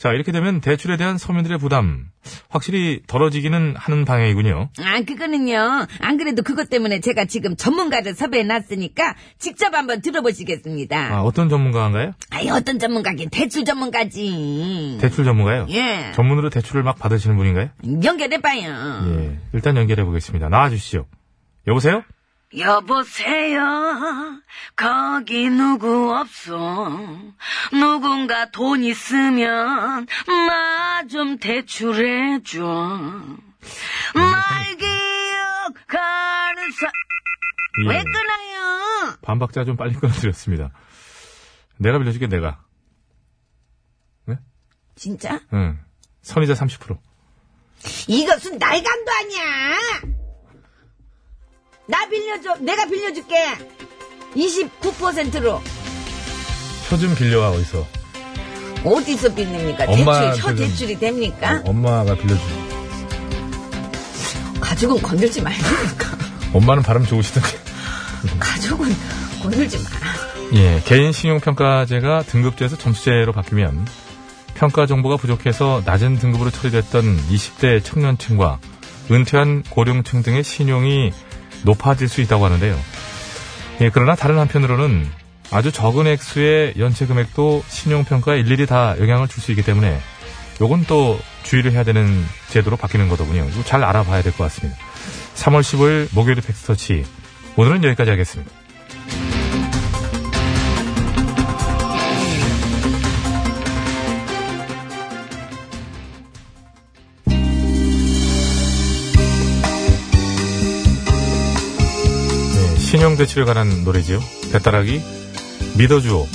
Speaker 1: 자 이렇게 되면 대출에 대한 서민들의 부담 확실히 덜어지기는 하는 방향이군요.
Speaker 2: 아, 그거는요. 안 그래도 그것 때문에 제가 지금 전문가를 섭외해 놨으니까 직접 한번
Speaker 1: 아,
Speaker 2: 들어보시겠습니다.
Speaker 1: 어떤 전문가인가요?
Speaker 2: 아이, 어떤 전문가긴 대출 전문가지.
Speaker 1: 대출 전문가요?
Speaker 2: 예.
Speaker 1: 전문으로 대출을 막 받으시는 분인가요?
Speaker 2: 연결해봐요.
Speaker 1: 예. 일단 연결해 보겠습니다. 나와 주시죠. 여보세요?
Speaker 2: 여보세요. 거기 누구 없어. 누군가 돈 있으면 나 좀 대출해줘.
Speaker 1: 음.
Speaker 2: 날 기억하는 사.
Speaker 1: 예.
Speaker 2: 왜 끊어요?
Speaker 1: 반박자 좀 빨리 끊어드렸습니다. 내가 빌려줄게, 내가.
Speaker 4: 진짜?
Speaker 1: 응. 선의자 30%.
Speaker 4: 이것은 날감도 아니야. 나 빌려줘. 내가 빌려줄게. 29%로.
Speaker 1: 혀 좀 빌려와, 어디서.
Speaker 4: 어디서 빚냅니까?
Speaker 1: 엄마한테
Speaker 4: 대출, 혀
Speaker 1: 좀-
Speaker 4: 대출이 됩니까?
Speaker 1: 어, 엄마가 빌려주 어,
Speaker 4: 가족은 건들지 말라니까.
Speaker 1: 엄마는 바람 좋으시던데.
Speaker 4: 가족은 건들지 마라.
Speaker 1: 예, 개인 신용평가제가 등급제에서 점수제로 바뀌면 평가 정보가 부족해서 낮은 등급으로 처리됐던 20대 청년층과 은퇴한 고령층 등의 신용이 높아질 수 있다고 하는데요. 예, 그러나 다른 한편으로는 아주 적은 액수의 연체 금액도 신용평가에 일일이 다 영향을 줄 수 있기 때문에 요건 또 주의를 해야 되는 제도로 바뀌는 거더군요. 이거 잘 알아봐야 될 것 같습니다. 3월 15일 목요일 팩스터치. 오늘은 여기까지 하겠습니다. 네, 신용 대출에 관한 노래지요. 배따라기 믿어주오.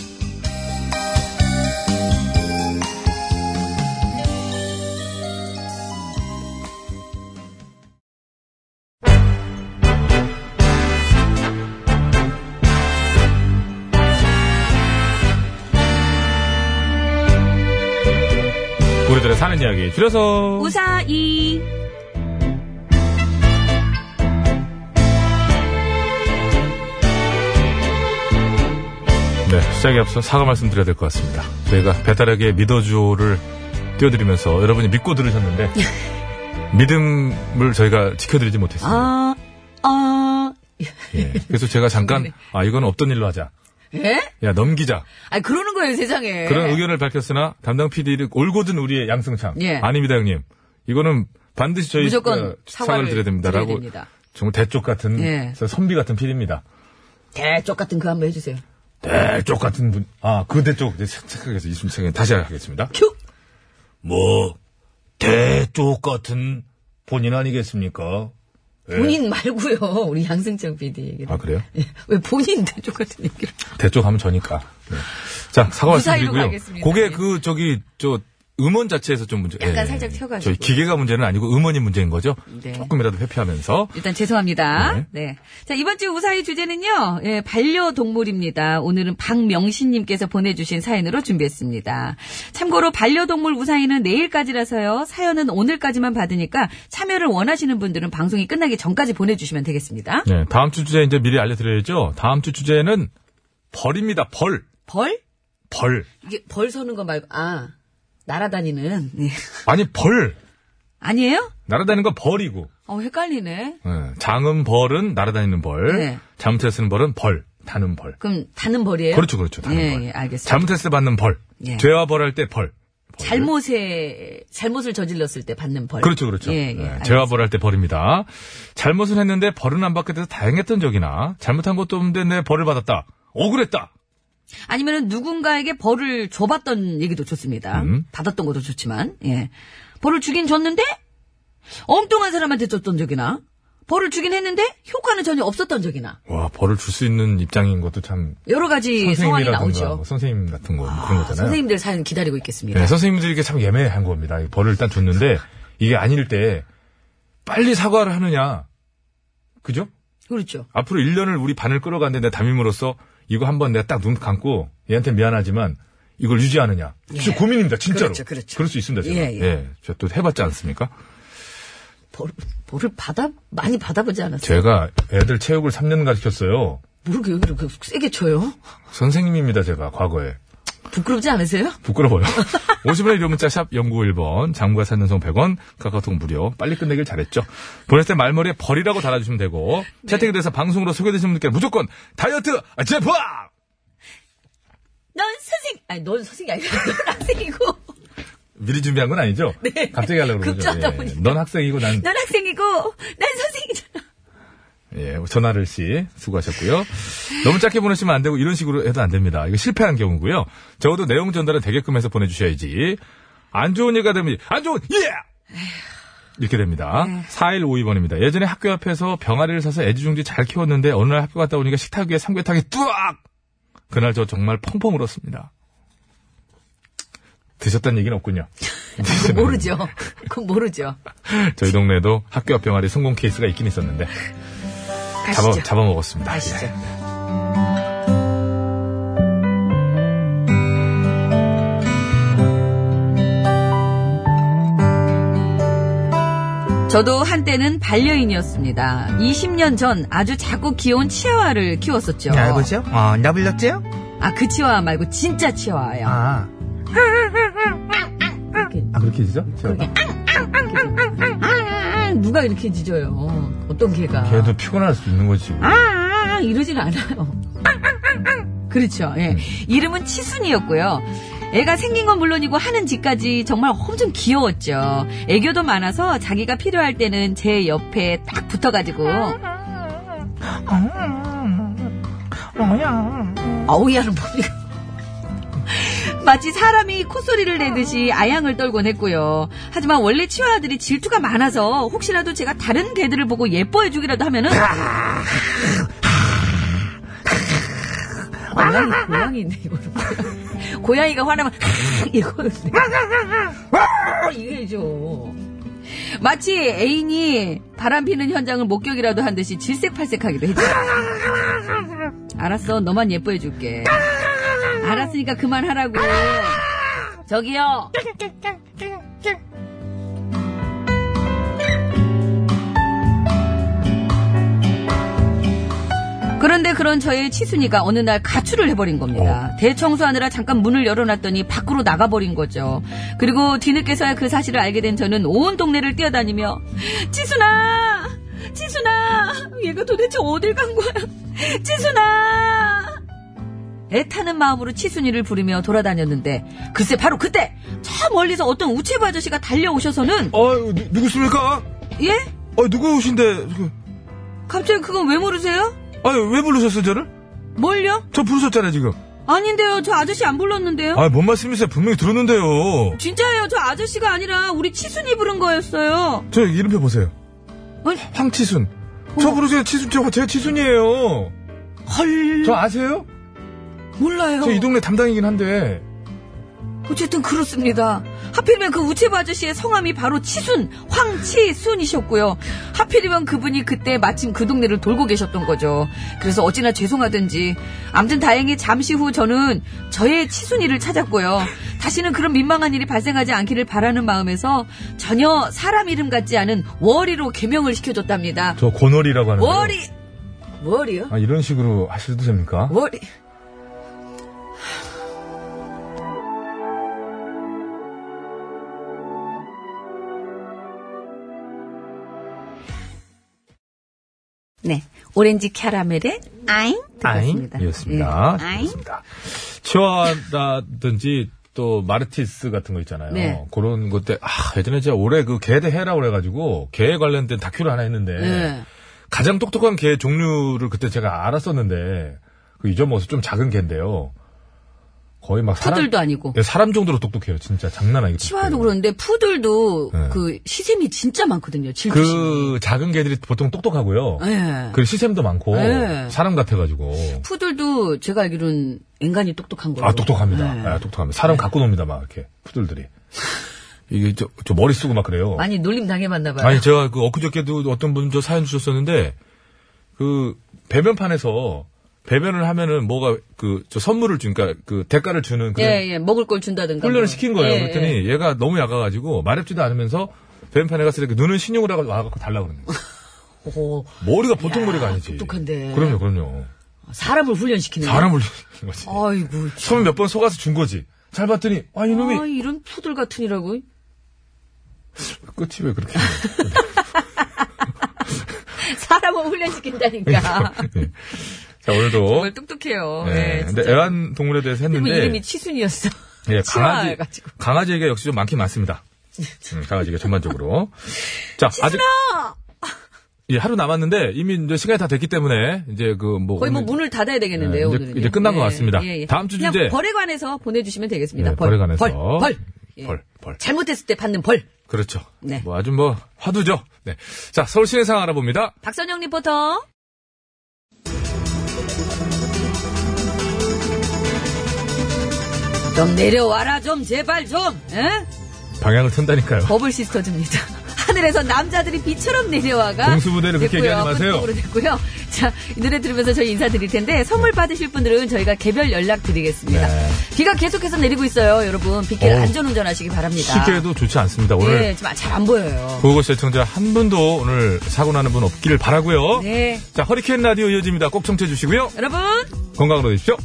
Speaker 1: 우리들의 사는 이야기 줄여서
Speaker 2: 우사이.
Speaker 1: 네, 시작에 앞서 사과 말씀드려야 될 것 같습니다. 저희가 배달에게 믿어주오를 띄워드리면서 여러분이 믿고 들으셨는데 믿음을 저희가 지켜드리지 못했습니다.
Speaker 2: 아, 아.
Speaker 1: 예. 그래서 제가
Speaker 2: 네.
Speaker 1: 잠깐 아 이건 없던 일로 하자.
Speaker 2: 예?
Speaker 1: 야 넘기자
Speaker 2: 아, 그러는 거예요, 세상에.
Speaker 1: 그런 의견을 밝혔으나 담당 PD를 올고든 우리의 양승창
Speaker 2: 예.
Speaker 1: 아닙니다 형님 이거는 반드시 저희
Speaker 2: 무조건
Speaker 1: 어,
Speaker 2: 사과를
Speaker 1: 드려야 됩니다라고
Speaker 2: 드려야 됩니다.
Speaker 1: 정말 대쪽 같은
Speaker 2: 예.
Speaker 1: 선비 같은 PD입니다.
Speaker 2: 대쪽 같은 거 한번 해주세요.
Speaker 1: 대쪽 같은 분. 아, 그 대쪽. 이제 착각해서 이숨 생에 다시 하겠습니다.
Speaker 2: 큐!
Speaker 1: 뭐, 대쪽 같은 본인 아니겠습니까?
Speaker 2: 본인 말고요 우리 양승창 PD 얘기를.
Speaker 1: 네. 아, 그래요?
Speaker 2: 예, 왜 본인 대쪽 같은 얘기를.
Speaker 1: 대쪽 하면 저니까. 네. 자, 사과
Speaker 2: 무사히로
Speaker 1: 말씀드리고요.
Speaker 2: 가겠습니다.
Speaker 1: 그게
Speaker 2: 예.
Speaker 1: 그, 저기, 저, 음원 자체에서 좀 문제. 예.
Speaker 2: 약간 살짝 튀어가지고.
Speaker 1: 저희 기계가 문제는 아니고 음원이 문제인 거죠?
Speaker 2: 네.
Speaker 1: 조금이라도 회피하면서.
Speaker 2: 일단 죄송합니다.
Speaker 1: 네.
Speaker 2: 네. 자, 이번 주 우사의 주제는요, 예, 반려동물입니다. 오늘은 박명신님께서 보내주신 사연으로 준비했습니다. 참고로 반려동물 우사의는 내일까지라서요, 사연은 오늘까지만 받으니까 참여를 원하시는 분들은 방송이 끝나기 전까지 보내주시면 되겠습니다.
Speaker 1: 네, 다음 주 주제 이제 미리 알려드려야죠. 다음 주 주제는 벌입니다. 벌.
Speaker 2: 벌?
Speaker 1: 벌.
Speaker 2: 이게 벌 서는 거 말고, 아, 날아다니는. 예.
Speaker 1: 아니, 벌.
Speaker 2: 아니에요?
Speaker 1: 날아다니는 건 벌이고.
Speaker 2: 어, 헷갈리네.
Speaker 1: 예, 장은 벌은 날아다니는 벌,
Speaker 2: 네.
Speaker 1: 잘못해서 쓰는 벌은 벌, 다는 벌.
Speaker 2: 그럼 다는 벌이에요?
Speaker 1: 그렇죠, 그렇죠. 다는
Speaker 2: 예,
Speaker 1: 벌.
Speaker 2: 예, 알겠습니다.
Speaker 1: 잘못해서 받는 벌.
Speaker 2: 예.
Speaker 1: 죄와 벌할 때 벌. 벌.
Speaker 2: 잘못에, 잘못을 저질렀을 때 받는 벌.
Speaker 1: 그렇죠, 그렇죠.
Speaker 2: 예, 예.
Speaker 1: 예,
Speaker 2: 알겠습니다.
Speaker 1: 죄와 벌할 때 벌입니다. 잘못을 했는데 벌은 안 받게 돼서 다행했던 적이나 잘못한 것도 없는데 내 벌을 받았다. 억울했다.
Speaker 2: 아니면은 누군가에게 벌을 줘봤던 얘기도 좋습니다.
Speaker 1: 음.
Speaker 2: 받았던 것도 좋지만, 예. 벌을 주긴 줬는데, 엉뚱한 사람한테 줬던 적이나, 벌을 주긴 했는데, 효과는 전혀 없었던 적이나,
Speaker 1: 와, 벌을 줄 수 있는 입장인 것도 참
Speaker 2: 여러 가지 상황이
Speaker 1: 선생님이라든가
Speaker 2: 예, 나오죠.
Speaker 1: 뭐 선생님 같은 거 뭐 그런 거잖아요.
Speaker 2: 선생님들 사연 기다리고 있겠습니다.
Speaker 1: 네, 선생님들이 이게 참 예매한 겁니다. 이 벌을 일단 줬는데 이게 아닐 때 빨리 사과를 하느냐. 그죠?
Speaker 2: 그렇죠.
Speaker 1: 앞으로 1년을 우리 반을 끌어가는데 내 담임으로써 이거 한번 내가 딱 눈 감고 얘한테 미안하지만 이걸 유지하느냐. 진짜 고민입니다, 진짜로.
Speaker 2: 그렇죠, 그렇죠.
Speaker 1: 럴수 있습니다, 제가.
Speaker 2: 예, 예.
Speaker 1: 제가 또 해봤지 않습니까?
Speaker 2: 벌, 벌을 받아, 많이 받아보지 않았어요.
Speaker 1: 제가 애들 체육을 3년 가르쳤어요.
Speaker 2: 모르게 왜 이렇게 세게 쳐요?
Speaker 1: 선생님입니다, 제가, 과거에.
Speaker 2: 부끄럽지 않으세요?
Speaker 1: 부끄러워요. 50원의 유료 문자 샵 0951번, 장과 산년송 100원, 카카오톡 무료. 빨리 끝내길 잘했죠. 보냈을 때 말머리에 버리라고 달아주시면 되고
Speaker 2: 네.
Speaker 1: 채택이 돼서 방송으로 소개되신 분들께 무조건 다이어트 제품!
Speaker 2: 넌 선생, 아니, 넌 선생이 아니고, 넌 학생이고,
Speaker 1: 미리 준비한 건 아니죠?
Speaker 2: 네.
Speaker 1: 갑자기 하려고 그러죠. 예.
Speaker 2: 급조하다 보니까.
Speaker 1: 넌 학생이고 난
Speaker 2: 넌 학생이고, 난 선생이잖아.
Speaker 1: 예, 전하를 씨 수고하셨고요. 너무 짧게 보내시면 안 되고 이런 식으로 해도 안 됩니다. 이거 실패한 경우고요. 적어도 내용 전달은 되게끔 해서 보내주셔야지. 안 좋은 얘기가 되면 안 좋은 예! 이렇게 됩니다. 4152번입니다. 예전에 학교 앞에서 병아리를 사서 애지중지 잘 키웠는데 어느 날 학교 갔다 오니까 식탁 위에 삼계탕이 뚜악! 그날 저 정말 펑펑 울었습니다. 드셨다는 얘기는 없군요. 네.
Speaker 2: 모르죠. 그건 모르죠.
Speaker 1: 저희 동네에도 학교 앞 병아리 성공 케이스가 있긴 있었는데 잡아,
Speaker 2: 가시죠.
Speaker 1: 잡아먹었습니다.
Speaker 2: 아시죠?
Speaker 1: 예.
Speaker 2: 저도 한때는 반려인이었습니다. 20년 전 아주 작고 귀여운 치아와를 키웠었죠.
Speaker 3: 알고죠? 어, 나 불렀죠?
Speaker 2: 아, 그 치아와 말고 진짜 치아와예요.
Speaker 3: 아. 아, 그렇게 되죠?
Speaker 2: 아, 누가 이렇게 짖어요. 어떤 개가.
Speaker 1: 걔도 피곤할 수 있는 거지. 뭐.
Speaker 2: 아, 이러진 않아요. 그렇죠.
Speaker 1: 음.
Speaker 2: 예. 이름은 치순이었고요. 애가 생긴 건 물론이고 하는 짓까지 정말 엄청 귀여웠죠. 애교도 많아서 자기가 필요할 때는 제 옆에 딱 붙어가지고 아우야는 뭡니까? 마치 사람이 콧소리를 내듯이 아양을 떨곤 했고요. 하지만 원래 치와들이 질투가 많아서 혹시라도 제가 다른 개들을 보고 예뻐해 주기라도 하면은 고양이, 고양이인데 이거는 고양이. 고양이가 화나면 이거는데 어, 이게죠. 뭐. 마치 애인이 바람 피는 현장을 목격이라도 한 듯이 질색팔색하기도 했죠. 알았어, 너만 예뻐해 줄게. 알았으니까 그만하라고. 저기요. 그런데 그런 저의 치순이가 어느 날 가출을 해버린 겁니다. 대청소하느라 잠깐 문을 열어놨더니 밖으로 나가버린 거죠. 그리고 뒤늦게서야 그 사실을 알게 된 저는 온 동네를 뛰어다니며 치순아! 치순아! 얘가 도대체 어딜 간 거야? 치순아! 애타는 마음으로 치순이를 부르며 돌아다녔는데 글쎄 바로 그때 저 멀리서 어떤 우체부 아저씨가 달려오셔서는
Speaker 7: 어, 누, 누구십니까?
Speaker 2: 예?
Speaker 7: 어, 누구 오신데?
Speaker 2: 갑자기 그건 왜 모르세요?
Speaker 7: 아, 왜 부르셨어요, 저를?
Speaker 2: 뭘요?
Speaker 7: 저 부르셨잖아요, 지금.
Speaker 2: 아닌데요 저 아저씨 안 불렀는데요
Speaker 7: 아, 뭔 말씀이세요? 분명히 들었는데요.
Speaker 2: 진짜예요 저 아저씨가 아니라 우리 치순이 부른 거였어요
Speaker 7: 저 이름표 보세요.
Speaker 2: 어이.
Speaker 7: 황치순. 저 부르세요, 치순. 저, 제가 치순이에요. 헐. 저 아세요?
Speaker 2: 몰라요
Speaker 7: 저 이 동네 담당이긴 한데.
Speaker 2: 어쨌든 그렇습니다. 하필이면 그 우체부 아저씨의 성함이 바로 치순, 황치순이셨고요. 하필이면 그분이 그때 마침 그 동네를 돌고 계셨던 거죠. 그래서 어찌나 죄송하든지. 암튼 다행히 잠시 후 저는 저의 치순이를 찾았고요. 다시는 그런 민망한 일이 발생하지 않기를 바라는 마음에서 전혀 사람 이름 같지 않은 월이로 개명을 시켜줬답니다.
Speaker 1: 저 고놀이라고 하는.
Speaker 2: 월이, 월이요?
Speaker 1: 아, 이런 식으로 하셔도 됩니까?
Speaker 2: 머리. 네. 오렌지 캐러멜의 아잉 들었습니다.
Speaker 1: 이었습니다.
Speaker 2: 예.
Speaker 1: 좋습니다. 치와라든지 또 마르티스 같은 거 있잖아요.
Speaker 2: 네.
Speaker 1: 그런 것들 아, 예전에 제가 올해 그 개대 해라 그래가지고 개에 관련된 다큐를 하나 했는데
Speaker 2: 네.
Speaker 1: 가장 똑똑한 개 종류를 그때 제가 알았었는데 그 잊어먹어서 좀 작은 개인데요. 거의 막 사람
Speaker 2: 푸들도 아니고.
Speaker 1: 예, 사람 정도로 똑똑해요. 진짜 장난 아니고.
Speaker 2: 치와도 그런데 푸들도
Speaker 1: 예.
Speaker 2: 그 시샘이 진짜 많거든요. 질투심.
Speaker 1: 그 작은 개들이 보통 똑똑하고요.
Speaker 2: 예.
Speaker 1: 그 시샘도 많고
Speaker 7: 네.
Speaker 2: 예.
Speaker 1: 사람 같아가지고.
Speaker 2: 푸들도 제가 알기로는 네. 앵간히 똑똑한 거예요.
Speaker 1: 아, 똑똑합니다. 아, 똑똑합니다. 사람 갖고 놉니다, 막, 이렇게. 푸들들이. 이게, 저, 저 머리 쓰고 막 그래요.
Speaker 2: 많이 놀림 당해봤나 봐요.
Speaker 1: 아니, 제가 그 엊그저께도 어떤 분 저 사연 주셨었는데, 그, 배변판에서, 배변을 하면은 뭐가, 그, 저 선물을 주니까, 그, 대가를 주는 그,
Speaker 2: 예, 예. 먹을 걸 준다든가.
Speaker 1: 훈련을
Speaker 2: 뭐.
Speaker 1: 시킨 거예요.
Speaker 2: 예, 예.
Speaker 1: 그랬더니 얘가 너무 약아가지고, 마렵지도 않으면서, 배변판에 가서 이렇게 눈은 신용을 하고 와갖고 달라고 그러는 거예요.
Speaker 2: 오,
Speaker 1: 머리가 보통 머리가 아니지.
Speaker 2: 똑똑한데. 네.
Speaker 1: 그럼요, 그럼요.
Speaker 2: 사람을 훈련시키는 거예요.
Speaker 1: 사람을 주는 거지.
Speaker 2: 아이고.
Speaker 1: 처음에 몇 번 속아서 준 거지. 잘 봤더니, 아, 이놈이.
Speaker 2: 아, 이런 푸들 같은 이라고.
Speaker 1: 끝이 왜 그렇게.
Speaker 2: 사람을 훈련시킨다니까.
Speaker 1: 네. 자, 오늘도.
Speaker 2: 정말 똑똑해요.
Speaker 1: 네.
Speaker 2: 예,
Speaker 1: 근데
Speaker 2: 진짜.
Speaker 1: 애완동물에 대해서
Speaker 2: 그리고
Speaker 1: 했는데.
Speaker 2: 이름이 치순이었어.
Speaker 1: 예, 강아지.
Speaker 2: 치와가지고.
Speaker 1: 강아지에게 역시 좀 많긴 많습니다. 음, 강아지가 전반적으로. 자, 아직. 예, 하루 남았는데 이미 이제 시간이 다 됐기 때문에 이제 그 뭐.
Speaker 2: 거의 뭐
Speaker 1: 오늘-
Speaker 2: 문을 닫아야 되겠는데요,
Speaker 1: 예, 이제-
Speaker 2: 오늘은.
Speaker 1: 이제 끝난 것 같습니다. 다음 주
Speaker 2: 그냥
Speaker 1: 주제.
Speaker 2: 벌에 관해서 보내주시면 되겠습니다.
Speaker 1: 예, 벌에 관해서.
Speaker 2: 벌, 벌. 예.
Speaker 1: 벌, 벌.
Speaker 2: 잘못했을 때 받는 벌.
Speaker 1: 그렇죠.
Speaker 2: 네.
Speaker 1: 뭐 아주 뭐 화두죠. 네. 자, 서울 시내 상황 알아봅니다.
Speaker 2: 박선영 리포터. 좀 내려와라 좀 제발 좀. 예? 에?
Speaker 1: 방향을 튼다니까요.
Speaker 2: 버블 시스터즈입니다. 하늘에서 남자들이 비처럼 내려와가
Speaker 1: 공수부대를 그렇게
Speaker 2: 됐고요.
Speaker 1: 얘기하지 마세요.
Speaker 2: 끝곡으로 됐고요. 자, 이 노래 들으면서 저희 인사드릴 텐데 선물
Speaker 1: 네.
Speaker 2: 받으실 분들은 저희가 개별 연락 드리겠습니다. 비가 계속해서 내리고 있어요, 여러분. 빗길
Speaker 1: 어우,
Speaker 2: 안전 운전하시기 바랍니다.
Speaker 1: 시계도 좋지 않습니다. 오늘
Speaker 2: 네, 지금 잘 안 보여요.
Speaker 1: 고고 시청자 한 분도 오늘 사고 나는 분 없기를 바라고요.
Speaker 2: 네,
Speaker 1: 자, 허리케인 라디오 이어집니다. 꼭 청취해 주시고요.
Speaker 2: 여러분.
Speaker 1: 건강으로 되십시오.